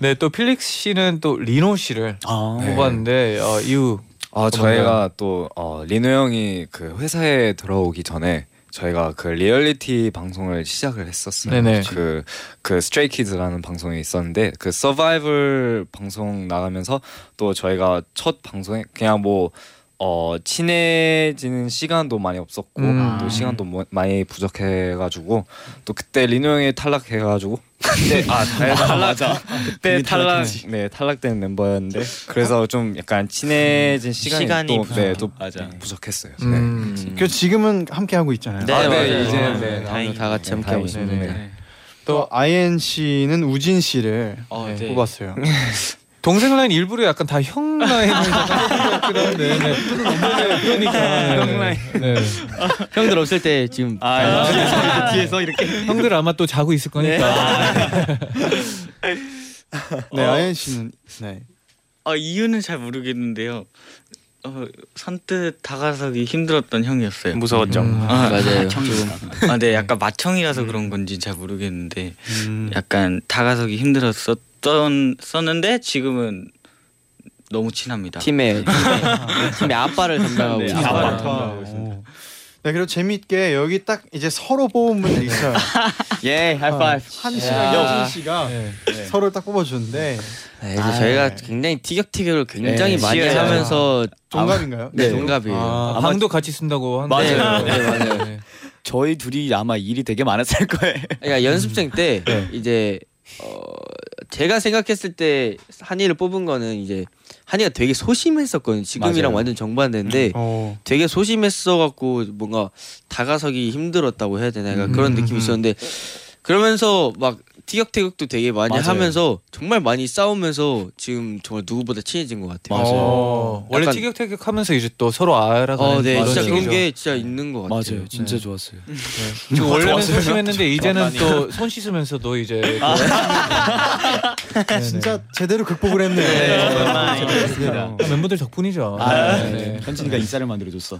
Speaker 3: 네, 또 필릭스 씨는 또 리노 씨를 뽑았는데 어, 이유.
Speaker 10: 아
Speaker 3: 뭔가요?
Speaker 10: 저희가 또 어, 리노 형이 그 회사에 들어오기 전에 저희가 그 리얼리티 방송을 시작을 했었어요.
Speaker 3: 네네.
Speaker 10: 그, 그 스트레이 키즈라는 방송이 있었는데 그 서바이벌 방송 나가면서 또 저희가 첫 방송에 그냥 뭐 어, 친해지는 시간도 많이 없었고
Speaker 3: 음.
Speaker 10: 또 시간도 뭐- 많이 부족해가지고 또 그때 리노 형이 탈락해가지고 그때 아
Speaker 11: 아,
Speaker 10: 탈락
Speaker 11: 맞아.
Speaker 10: 그때
Speaker 11: 이미
Speaker 10: 탈락
Speaker 11: 탈락했지.
Speaker 10: 네 탈락된 멤버였는데
Speaker 11: 아.
Speaker 10: 그래서 좀 약간
Speaker 11: 음,
Speaker 10: 친해진 시간이,
Speaker 8: 시간이
Speaker 10: 또,
Speaker 8: 부족-
Speaker 10: 네, 또 부족했어요. 네.
Speaker 2: 음. 그 지금은 함께 하고 있잖아요.
Speaker 10: 네, 아, 네, 맞아요. 이제, 네, 오늘
Speaker 7: 다행히 다 같이 함께 하고 있습니다.
Speaker 10: 네.
Speaker 2: 또 아이엔 씨는 우진 씨를
Speaker 11: 아,
Speaker 2: 네,
Speaker 3: 네.
Speaker 2: 뽑았어요.
Speaker 3: 동생 라인 일부러 약간 다 형 라인을 그런데 네. 그러니까 네.
Speaker 7: 형들 없을 때 지금 아,
Speaker 11: 뒤에서 이렇게
Speaker 3: 형들 아마 또 자고 있을 거니까.
Speaker 2: 네, 아이엔 씨는 네.
Speaker 11: 아 이유는 잘 모르겠는데요. 어, 선뜻 다가서기 힘들었던 형이었어요.
Speaker 3: 네.
Speaker 8: 무서웠죠? 음,
Speaker 11: 아,
Speaker 7: 맞아요.
Speaker 11: 조금.
Speaker 10: 음.
Speaker 9: 음.
Speaker 11: 아, 네, 약간 마청이라서 그런 건지 잘 모르겠는데 약간 다가서기 힘들었었던 썼던 썼는데 지금은 너무 친합니다.
Speaker 7: 팀의 팀의 아빠를 담당하고
Speaker 11: 네,
Speaker 7: 있어요.
Speaker 11: 아빠를
Speaker 7: 담당하고
Speaker 2: 있습니다. 네 그리고 재밌게 여기 딱 이제 서로 뽑은 분들 있어요.
Speaker 7: 예, 하이파이브.
Speaker 2: 한
Speaker 7: 야.
Speaker 2: 씨랑 여진
Speaker 3: 아,
Speaker 2: 씨가
Speaker 3: 네.
Speaker 2: 서로를 딱 뽑아주는데
Speaker 7: 네, 이제
Speaker 2: 아,
Speaker 7: 저희가 굉장히 티격태격을 굉장히
Speaker 2: 네,
Speaker 7: 많이
Speaker 2: 치열해요.
Speaker 7: 하면서
Speaker 2: 동갑인가요?
Speaker 7: 아마- 네, 동갑이에요.
Speaker 3: 아,
Speaker 7: 아마
Speaker 3: 방도 같이 쓴다고 하는데
Speaker 7: 맞아요. 네, 맞아요.
Speaker 6: 저희 둘이 아마 일이 되게 많았을 거예요.
Speaker 7: 그러니까 연습생 때 이제 어 제가 생각했을 때 한이를 뽑은 거는 이제 한이가 되게 소심했었거든요. 지금이랑
Speaker 6: 맞아요.
Speaker 7: 완전
Speaker 2: 음.
Speaker 7: 정반대인데
Speaker 2: 어.
Speaker 7: 되게 소심했어 갖고 뭔가 다가서기 힘들었다고 해야 되나 약간 그런 느낌이 있었는데 그러면서 막 티격태격도 되게 많이
Speaker 3: 맞아요.
Speaker 7: 하면서 정말 많이 싸우면서 지금 정말 누구보다 친해진 것 같아요.
Speaker 3: 어, 원래
Speaker 7: 약간-
Speaker 3: 티격태격하면서 이제 또 서로 알아가는
Speaker 7: 어, 네, 진짜
Speaker 3: 방식이죠.
Speaker 7: 그런 게 진짜 있는 것 같아요. 네.
Speaker 6: 맞아요. 진짜 좋았어요.
Speaker 3: 네. 저 원래는 소심했는데 이제는 또 손 씻으면서도 이제 또 아. 네,
Speaker 2: 진짜 제대로 극복을 했네요.
Speaker 3: 어, 멤버들 덕분이죠.
Speaker 6: 아,
Speaker 3: 네,
Speaker 6: 네.
Speaker 3: 네.
Speaker 6: 현진이가 이사를 만들어줬어.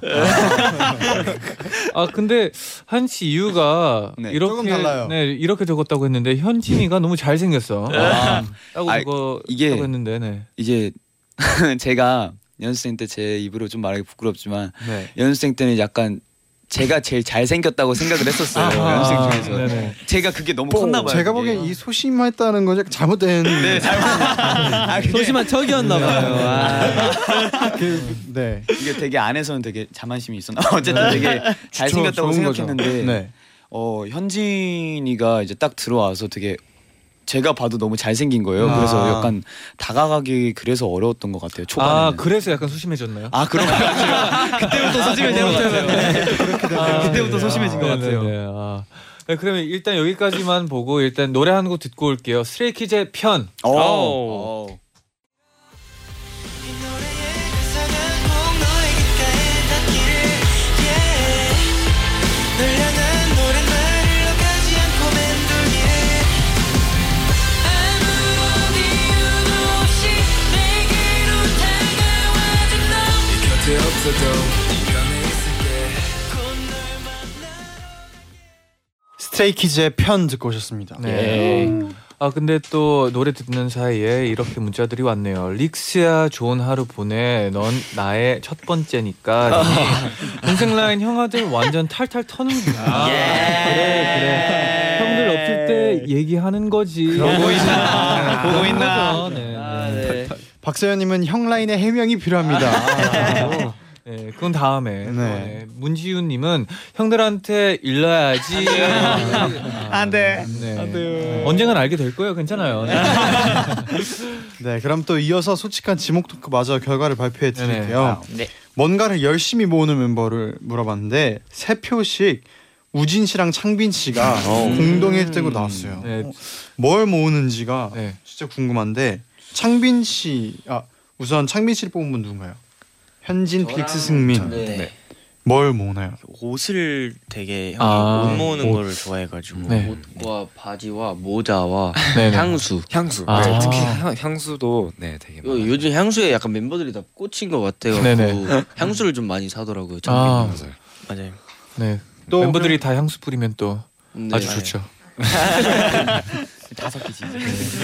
Speaker 3: 아 근데 한씨 이유가 이렇게
Speaker 6: 조금 달라요.
Speaker 3: 네 이렇게 적었다고 했는데 현진이가 너무 잘 생겼어.
Speaker 9: 네.
Speaker 6: 아.
Speaker 3: 라고
Speaker 6: 아,
Speaker 3: 이거
Speaker 6: 이게-
Speaker 3: 이게 했는데 네.
Speaker 6: 이제 제가 연습생 때 제 입으로 좀 말하기 부끄럽지만
Speaker 3: 네.
Speaker 6: 연습생 때는 약간 제가 제일 잘생겼다고 생각을 했었어요.
Speaker 2: 아하.
Speaker 6: 연습생 중에서
Speaker 2: 네네.
Speaker 6: 제가 그게 너무
Speaker 2: 뭐,
Speaker 6: 컸나 봐요.
Speaker 2: 제가 보기엔 이 소심했다는 건 약간 잘못된 네,
Speaker 9: 아,
Speaker 7: 소심한 척이었나 봐요.
Speaker 2: 네.
Speaker 9: 이게 되게 안에서는 되게 자만심이 있었나 봐요. 어쨌든 되게 잘생겼다고
Speaker 6: 좋은 거죠.
Speaker 9: 생각했는데
Speaker 6: 네.
Speaker 9: 어 현진이가 이제 딱 들어와서 되게 제가 봐도 너무 잘생긴 거예요. 그래서
Speaker 3: 아.
Speaker 9: 약간 다가가기 그래서 어려웠던 것 같아요. 초반에.
Speaker 3: 아 그래서 약간 소심해졌나요?
Speaker 9: 아 그런 것 같아요. 그때부터 소심해진 것 같아요.
Speaker 7: 네.
Speaker 9: 네, 그때부터 소심해진 것 같아요.
Speaker 3: 네네네. 네. 아. 네, 그러면 일단 여기까지만 보고 일단 노래 한 곡 듣고 올게요. 스트레이키즈의 편.
Speaker 9: 어.
Speaker 5: 오. 널 향한 노래 나를 가지 않고 맴돌기를 아무 이유도 없이 내게로 다가와준 너 곁에 없어도 편히 있을게
Speaker 2: 스트레이키즈의 편 듣고 오셨습니다.
Speaker 3: 네. 아 근데 또 노래 듣는 사이에 이렇게 문자들이 왔네요. 릭스야 좋은 하루 보내. 넌 나의 첫 번째니까. 동생 라인 형아들 완전 탈탈 터는구나. 그래 그래. 형들 없을 때 얘기하는 거지.
Speaker 2: 보고
Speaker 3: 예. 있나? 보고 있나? 네.
Speaker 2: 박서연님은 형 라인의 해명이
Speaker 3: 아,
Speaker 2: 필요합니다.
Speaker 3: 네, 그건 다음에.
Speaker 2: 네.
Speaker 3: 네. 문지윤님은 형들한테 일러야지.
Speaker 8: 안돼
Speaker 3: 네. 언젠간 알게 될 거예요. 괜찮아요. 네.
Speaker 2: 네, 그럼 또 이어서 솔직한 지목 토크 마저 결과를 발표해
Speaker 8: 아,
Speaker 2: 드릴게요.
Speaker 7: 네.
Speaker 2: 뭔가를 열심히 모으는 멤버를 물어봤는데 세 표씩 우진 씨랑 창빈 씨가
Speaker 8: 어. 음.
Speaker 2: 공동 1등으로 나왔어요.
Speaker 8: 네.
Speaker 2: 어, 뭘 모으는지가
Speaker 3: 네.
Speaker 2: 진짜 궁금한데 창빈 씨, 아 우선 창빈 씨를 뽑은 분 누군가요? 현진, 픽스, 승민.
Speaker 8: 네.
Speaker 2: 뭘 모으나요?
Speaker 8: 옷을 되게 형이
Speaker 2: 아,
Speaker 8: 옷 모으는
Speaker 2: 옷.
Speaker 8: 거를 좋아해가지고
Speaker 2: 네.
Speaker 7: 옷과 바지와 모자와
Speaker 8: 네네.
Speaker 7: 향수.
Speaker 10: 향수.
Speaker 7: 아.
Speaker 10: 네, 특히 향, 향수도 네 되게
Speaker 7: 요- 요즘 향수에 약간 멤버들이 다 꽂힌 것 같아요. 그
Speaker 3: 네네.
Speaker 7: 향수를 좀 많이 사더라고요.
Speaker 3: 아.
Speaker 7: 맞아요. 맞아요.
Speaker 3: 네.
Speaker 7: 또
Speaker 3: 멤버들이 다 향수 뿌리면 또
Speaker 7: 네.
Speaker 3: 아주 좋죠.
Speaker 9: 다섯 개지.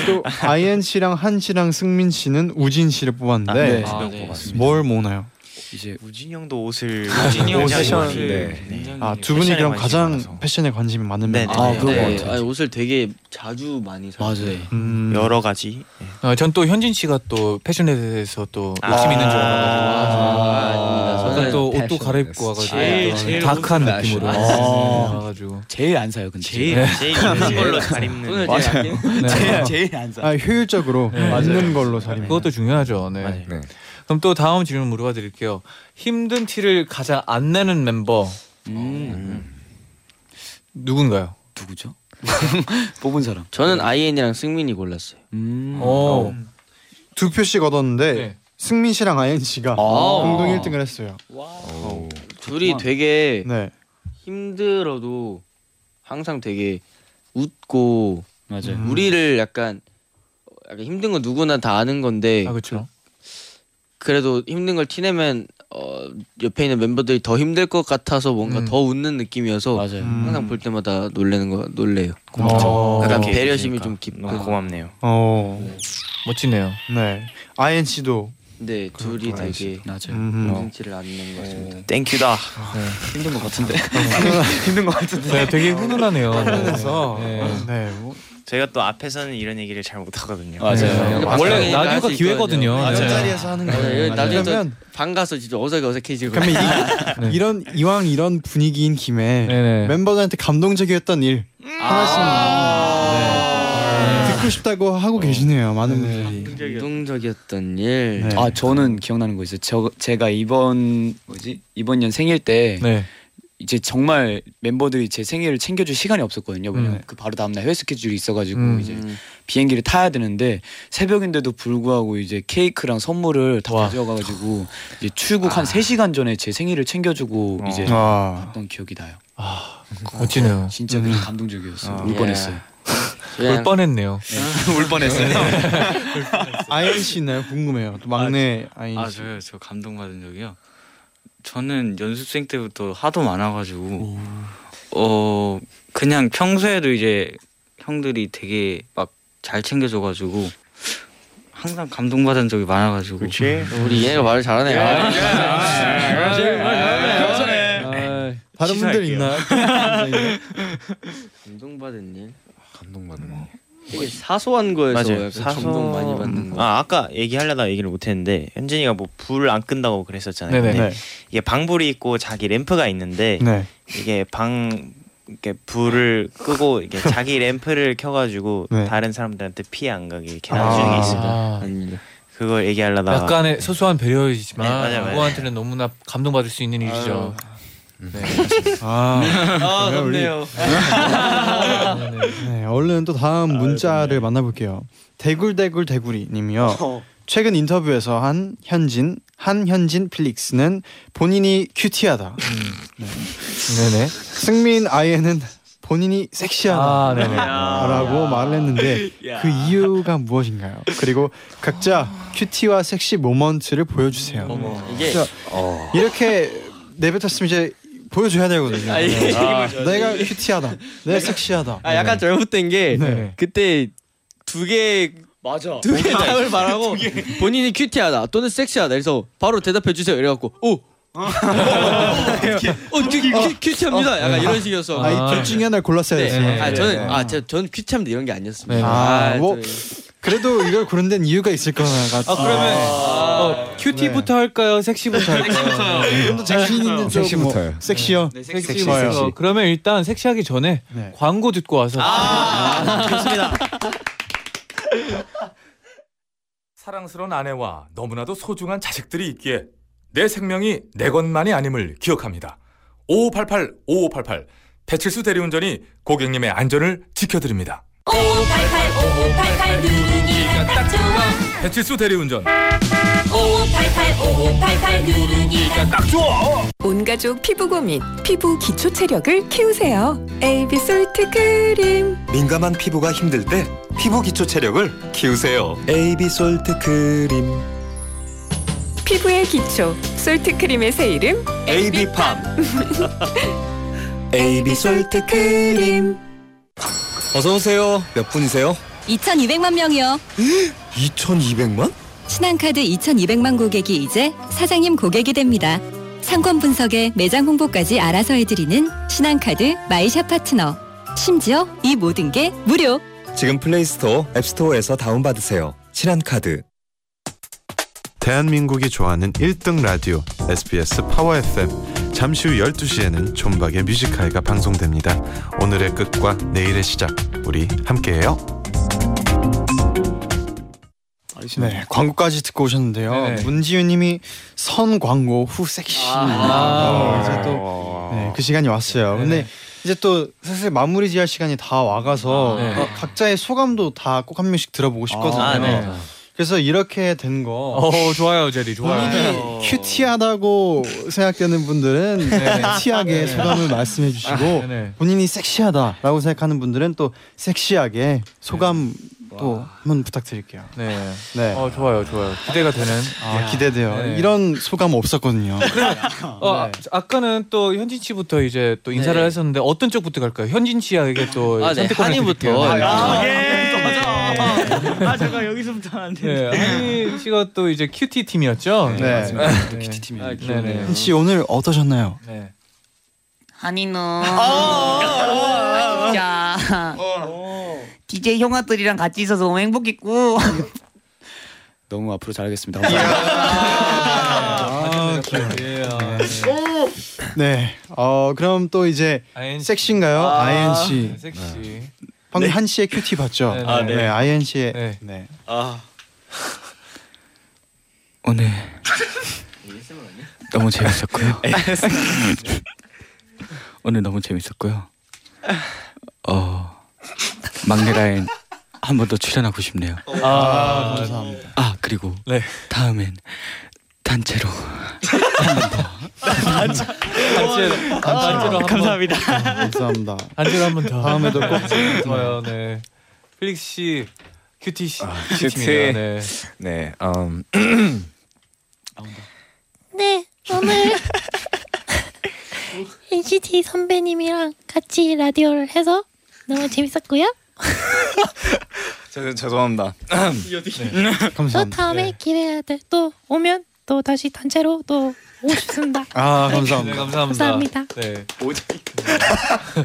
Speaker 2: 또 아이엔 씨랑 한 씨랑 승민 씨는 우진 씨를 뽑았는데
Speaker 8: 아, 네. 아, 네.
Speaker 2: 뭘 모으나요?
Speaker 8: 이제 우진 형도 옷을
Speaker 2: 우진이 형이
Speaker 8: 패션
Speaker 2: 옷을
Speaker 8: 네.
Speaker 2: 아 두 분이
Speaker 8: 패션에
Speaker 2: 그럼
Speaker 8: 관심이
Speaker 2: 가장
Speaker 8: 많아서. 네,
Speaker 2: 패션에 관심이 많은 멤버.
Speaker 7: 네. 아니, 옷을 되게 자주 많이 사요. 맞아요.
Speaker 8: 음.
Speaker 2: 음.
Speaker 8: 여러 가지
Speaker 3: 아, 전 또 현진 씨가 또 패션에 대해서 또
Speaker 8: 아.
Speaker 3: 욕심 있는 줄 알아가지고
Speaker 7: 아, 아닙니다.
Speaker 3: 약간
Speaker 7: 저는
Speaker 3: 또 옷도
Speaker 7: 패션.
Speaker 3: 갈아입고 와가지고
Speaker 7: 제일-
Speaker 3: 또
Speaker 7: 제일
Speaker 3: 다크한
Speaker 7: 옷은
Speaker 3: 느낌으로
Speaker 7: 패션.
Speaker 3: 네,
Speaker 7: 아.
Speaker 3: 와가지고
Speaker 6: 제일 안 사요, 근데.
Speaker 3: 제일- 제일 입는 걸로 잘
Speaker 7: 입는.
Speaker 3: 네. 오늘 제일 맞아요. 아끼는- 네.
Speaker 6: 제일 제일 안 사.
Speaker 2: 아 효율적으로 맞는 걸로 살입.
Speaker 3: 그것도 중요하죠. 네. 네. 그럼 또 다음 질문 물어봐 드릴게요. 힘든 티를 가장 안 내는 멤버
Speaker 7: 음,
Speaker 3: 누군가요?
Speaker 6: 누구죠? 뽑은 사람.
Speaker 7: 저는 아이엔이랑 승민이 골랐어요.
Speaker 3: 음.
Speaker 9: 음.
Speaker 3: 오. 네.
Speaker 2: 두 표씩 얻었는데 승민 씨랑 아이엔 씨가 공동 1등을 했어요.
Speaker 7: 둘이 되게
Speaker 2: 네.
Speaker 7: 힘들어도 항상 되게 웃고
Speaker 6: 맞아요.
Speaker 7: 음.
Speaker 2: 음.
Speaker 7: 우리를 약간 약간 힘든 건 누구나 다 아는 건데
Speaker 3: 그렇죠.
Speaker 7: 그래도 힘든 걸 티내면 어, 옆에 있는 멤버들이 더 힘들 것 같아서 뭔가
Speaker 3: 음.
Speaker 7: 더 웃는 느낌이어서 음. 항상 볼 때마다 놀래는 거 놀래요.
Speaker 2: 음. 고맙죠. 어,
Speaker 7: 약간
Speaker 2: 그렇게
Speaker 7: 배려심이
Speaker 2: 해주시니까.
Speaker 7: 좀 깊고
Speaker 2: 너무
Speaker 8: 고맙네요.
Speaker 2: 어
Speaker 3: 멋지네요.
Speaker 2: 네, INC도
Speaker 7: 네 둘이
Speaker 2: 음. 그렇구나.
Speaker 7: 되게
Speaker 2: 맞아요. 음.
Speaker 7: 눈치를 안 내는 것 같습니다.
Speaker 8: 땡큐다.
Speaker 7: 힘든 것 같은데.
Speaker 8: 힘든 것 같은데.
Speaker 3: 네, 되게 훈훈하네요.
Speaker 2: 훈훈해서.
Speaker 3: 네.
Speaker 2: 네, 뭐.
Speaker 8: 저희가 또 앞에서는 이런 얘기를 잘 못하거든요.
Speaker 3: 맞아요. 네, 맞아요. 원래 라디오가
Speaker 7: 할수
Speaker 3: 기회거든요. 네.
Speaker 7: 있거든요.
Speaker 3: 맞아요.
Speaker 2: 옆자리에서 하는 거예요.
Speaker 7: 맞아요. 네, 나중에 네.
Speaker 2: 그러면-
Speaker 7: 그러면 방 가서 진짜 어색해 어색해지고.
Speaker 2: 그러면 이, 이런 이왕 이런 분위기인 김에
Speaker 3: 네,
Speaker 2: 멤버들한테 감동적이었던 일
Speaker 7: 음.
Speaker 2: 하나씩
Speaker 7: 아.
Speaker 2: 네. 듣고 싶다고 하고 계시네요. 많은 분들이.
Speaker 7: 감동적이었던 일.
Speaker 2: 네.
Speaker 9: 아 저는 기억나는 거 있어요. 저 제가 이번 뭐지 이번 년 생일 때
Speaker 3: 네.
Speaker 9: 이제 정말 멤버들이 제 생일을 챙겨줄 시간이 없었거든요. 왜냐면
Speaker 3: 음.
Speaker 9: 그 바로 다음날 해외 스케줄이 있어가지고
Speaker 3: 음.
Speaker 2: 네.
Speaker 9: 이제 비행기를 타야 되는데 새벽인데도 불구하고 이제 케이크랑 선물을 다 가져와가지고 이제 출국 한 3시간 전에 제 생일을 챙겨주고 이제
Speaker 2: 와.
Speaker 9: 갔던 기억이 나요.
Speaker 3: 멋지네요.
Speaker 9: 진짜 그냥 감동적이었어요.
Speaker 3: 아.
Speaker 9: 울 뻔했어요.
Speaker 3: 예. 울 뻔했네요.
Speaker 11: 울 뻔했어요.
Speaker 2: 아이언 씨 있나요? 궁금해요. 또 막내 아, 이언
Speaker 11: 아
Speaker 2: 씨.
Speaker 11: 저요 저 감동받은 적이요. 저는 연습생 때부터 하도 많아가지고 어 그냥 평소에도 이제 형들이 되게 막 잘 챙겨줘가지고 항상 감동받은 적이
Speaker 3: 그렇죠.
Speaker 11: 많아가지고.
Speaker 8: 그렇지.
Speaker 7: 우리 얘가 말을 잘하네. 아,
Speaker 2: 아, 네. 그렇죠. 다른 분들 있나요?
Speaker 7: 감동받은 일.
Speaker 10: 감동받은 일.
Speaker 7: 되게 사소한 거에서
Speaker 8: 맞아요.
Speaker 7: 약간 감동 많이 받는 거.
Speaker 8: 아 아까 얘기하려다 얘기를 못했는데 현진이가 뭐 불 안 끈다고 그랬었잖아요.
Speaker 2: 네네.
Speaker 8: 근데
Speaker 2: 네.
Speaker 8: 이게 방불이 있고 자기 램프가 있는데
Speaker 2: 네.
Speaker 8: 이게 방 이렇게 불을 끄고 이게 자기 램프를 켜가지고
Speaker 3: 네.
Speaker 8: 다른 사람들한테 피해 안 가게 이렇게
Speaker 3: 아.
Speaker 8: 나중에 있습니다.
Speaker 3: 아.
Speaker 7: 아닙니다.
Speaker 8: 그걸 얘기하려다
Speaker 3: 약간의 소소한 배려이지만
Speaker 8: 네, 맞아요, 맞아요.
Speaker 3: 누구한테는 너무나 감동받을 수 있는 일이죠. 네.
Speaker 2: 아,
Speaker 3: 아,
Speaker 2: 그러면 우리-
Speaker 3: 덥네요.
Speaker 2: 네, 얼른 또 다음 문자를 만나볼게요. 어. 대굴대굴 대구리님이요. 최근 인터뷰에서 한 현진 한현진 필릭스는 본인이 큐티하다.
Speaker 3: 네네.
Speaker 2: 승민 아이에는 본인이
Speaker 3: 아, 네네.
Speaker 2: 섹시하다라고
Speaker 7: 아.
Speaker 3: 야.
Speaker 2: 말을 했는데
Speaker 3: 야.
Speaker 2: 그 이유가 무엇인가요? 그리고 각자 큐티와 섹시 모먼트를 보여주세요.
Speaker 7: 이게-
Speaker 2: 그래서
Speaker 7: 어.
Speaker 2: 이렇게 내뱉었으면 이제 보여줘야 되거든요.
Speaker 7: 아, 이게
Speaker 2: 아,
Speaker 7: 이거죠.
Speaker 2: 내가
Speaker 7: 이게.
Speaker 2: 큐티하다. 내가 섹시하다.
Speaker 7: 아 약간 잘못된 게
Speaker 2: 네.
Speaker 7: 그때 두 개
Speaker 9: 맞아
Speaker 7: 두 개 답을 말하고 본인이 큐티하다 또는 섹시하다 그래서 바로 대답해 주세요 이래갖고 오 어, 큐, 큐, 큐티합니다.
Speaker 2: 어.
Speaker 7: 약간 이런 식이었어.
Speaker 2: 아, 이둘 중에 하나를 골랐어야
Speaker 7: 네.
Speaker 2: 했어요.
Speaker 7: 아, 저는 아, 저, 저는 큐티합니다 이런 게 아니었습니다.
Speaker 3: 네.
Speaker 2: 아, 뭐
Speaker 7: 저-
Speaker 2: 그래도 이걸 고른 데는 이유가 있을 거 같아.
Speaker 3: 그러면 어, 큐티부터 할까요? 섹시부터 할까요?
Speaker 2: 좀더 자신 있는 쪽
Speaker 3: 섹시부터요.
Speaker 7: 네.
Speaker 2: 뭐, 네. 섹시요. 네.
Speaker 3: 섹시 먼저. 그러면 일단 섹시하기 전에 광고 듣고 와서
Speaker 8: 좋습니다.
Speaker 12: 사랑스러운 아내와 너무나도 소중한 자식들이 있기에 내 생명이 내 것만이 아님을 기억합니다. 5588 5588 배칠수 대리운전이 고객님의 안전을 지켜드립니다.
Speaker 4: 5588 5588 누르기가 딱 좋아
Speaker 12: 배칠수 대리운전
Speaker 4: 5588 5588 누르기가 딱 좋아
Speaker 13: 온 가족 피부 고민, 피부 기초 체력을 키우세요. 에이비 솔트 크림.
Speaker 14: 민감한 피부가 힘들 때 피부 기초 체력을 키우세요. 에이비 솔트 크림.
Speaker 13: 피부의 기초, 솔트 크림의 새 이름
Speaker 14: 에이비팜. 에이비 솔트 크림. 어서 오세요. 몇 분이세요?
Speaker 15: 2,200만 명이요.
Speaker 14: 2,200만?
Speaker 15: 신한카드 2,200만 고객이 이제 사장님 고객이 됩니다. 상권 분석에 매장 홍보까지 알아서 해드리는 신한카드 마이샵 파트너. 심지어 이 모든 게 무료.
Speaker 14: 지금 플레이스토어, 앱스토어에서 다운받으세요. 신한카드.
Speaker 16: 대한민국이 좋아하는 1등 라디오 SBS 파워 FM 잠시 후 12시에는 존박의 뮤지컬가 방송됩니다. 오늘의 끝과 내일의 시작 우리 함께해요.
Speaker 2: 네, 광고까지 듣고 오셨는데요.
Speaker 3: 네,
Speaker 2: 문지윤님이 선 광고 후 섹시. 아, 이제 또 네, 그 시간이 왔어요. 근데
Speaker 3: 네.
Speaker 2: 이제 또 슬슬 마무리 지을 시간이 다 와가서
Speaker 3: 아, 네.
Speaker 2: 어, 각자의 소감도 다 꼭 한 명씩 들어보고 싶거든요.
Speaker 3: 아, 네.
Speaker 2: 그래서 이렇게 된 거.
Speaker 3: 어, 네. 좋아요, 제리. 좋아요.
Speaker 2: 큐티하다고 생각되는 분들은 큐티하게 소감을 말씀해 주시고
Speaker 3: 네, 네.
Speaker 2: 본인이 섹시하다라고 생각하는 분들은 또 섹시하게 소감 또 한번 부탁드릴게요.
Speaker 3: 네.
Speaker 2: 네.
Speaker 3: 어 좋아요, 좋아요. 기대가 되는.
Speaker 2: 아, 기대돼요. 이런 소감 없었거든요.
Speaker 3: 어, 아, 아까는 또 현진 씨부터 이제 또 인사를
Speaker 2: 네.
Speaker 3: 했었는데 어떤 쪽부터 갈까요? 현진 씨에게 또
Speaker 17: 아, 네.
Speaker 3: 선택권을
Speaker 17: 한이부터.
Speaker 3: 드릴게요.
Speaker 17: 아,
Speaker 3: 아,
Speaker 18: 아 잠깐 여기서부터 안
Speaker 3: 네, 한이 씨가 또 이제 큐티 팀이었죠.
Speaker 2: 네, 맞습니다.
Speaker 3: 또 큐티 팀이.
Speaker 2: 네. 씨 오늘 어떠셨나요?
Speaker 3: 네.
Speaker 18: 한이는 아, 진짜 DJ 형아들이랑 같이 있어서 너무 행복했고
Speaker 9: 너무 앞으로 잘하겠습니다.
Speaker 2: 아, 귀여워. 네. 어 그럼 또 이제 섹시인가요?
Speaker 3: 아,
Speaker 2: INC.
Speaker 3: 섹시.
Speaker 2: 방금 한 씨의 큐티 봤죠?
Speaker 3: 네, 네. 아, 네.
Speaker 2: INC의
Speaker 3: 네.
Speaker 2: 네.
Speaker 19: 아
Speaker 11: 오늘 어, 네. 너무 재밌었고요. 오늘 너무 재밌었고요. 어 막내 라인 한 번 더 출연하고 싶네요.
Speaker 2: 아, 감사합니다.
Speaker 11: 아 그리고
Speaker 3: 네.
Speaker 11: 다음엔 단체로
Speaker 3: 단체로 단체로
Speaker 18: 감사합니다.
Speaker 2: 감사합니다.
Speaker 3: 단체로 한번 더.
Speaker 2: 다음에도 꼭
Speaker 3: 좋아요. 네. 필릭스 씨, 큐티 씨, 큐티
Speaker 10: 큐티.
Speaker 3: 팀이에요. 네.
Speaker 10: 네. 음.
Speaker 20: 네, 오늘 NCT 선배님이랑 같이 라디오를 해서 너무 재밌었고요.
Speaker 10: 죄- 죄송합니다. 네.
Speaker 20: 또 다음에 기대해야 돼. 또 오면 또 다시 단체로 또 오고 싶습니다.
Speaker 2: 아 감사합니다.
Speaker 3: 네, 감사합니다.
Speaker 20: 감사합니다.
Speaker 3: 네.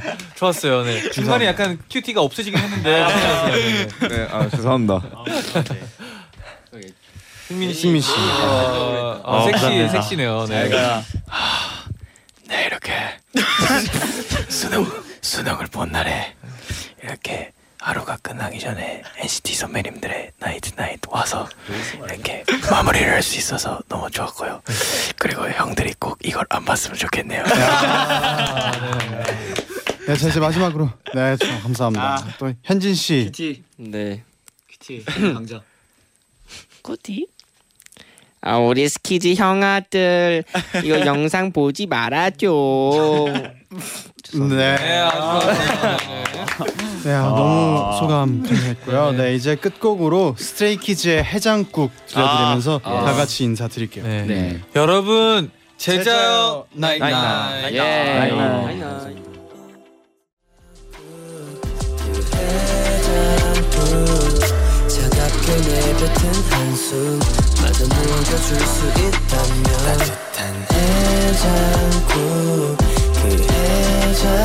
Speaker 3: 좋았어요. 네. 중간에 약간 큐티가 없어지긴 했는데. 괜찮았어요. 네.
Speaker 10: 네, 아 죄송합니다.
Speaker 3: 승민 씨.
Speaker 10: 승민 씨.
Speaker 3: 어, 어,
Speaker 10: 어,
Speaker 3: 섹시
Speaker 10: 감사합니다.
Speaker 3: 섹시네요. 네.
Speaker 10: 잘 가.
Speaker 21: 네 이렇게 수능 수능을 본 날에 이렇게 하루가 끝나기 전에 NCT 선배님들의 나이트 나이트 와서 이렇게 마무리를 할 수 있어서 너무 좋았고요. 그리고 형들이 꼭 이걸 안 봤으면 좋겠네요.
Speaker 2: 네, 자 이제 마지막으로 네, 저 감사합니다. 또 현진 씨.
Speaker 17: 네.
Speaker 22: 큐티 강자.
Speaker 18: 코디
Speaker 7: 아 우리 스키즈 형아들 이거 영상 보지 말아줘.
Speaker 2: 네. 네, 아, 너무
Speaker 21: 아.
Speaker 2: 소감 감사했고요. 네. 이제 끝곡으로 스트레이키즈의 해장국 들려드리면서
Speaker 3: 아.
Speaker 2: 다 같이 인사드릴게요.
Speaker 3: 네. 여러분 제자요 나이
Speaker 2: 나잇
Speaker 3: 나이.
Speaker 2: 나잇.
Speaker 3: 나이 나이.
Speaker 5: 차갑게 내뱉은 한숨 마저 녹여줄 수 있다면 따뜻한 해장국 그 해장국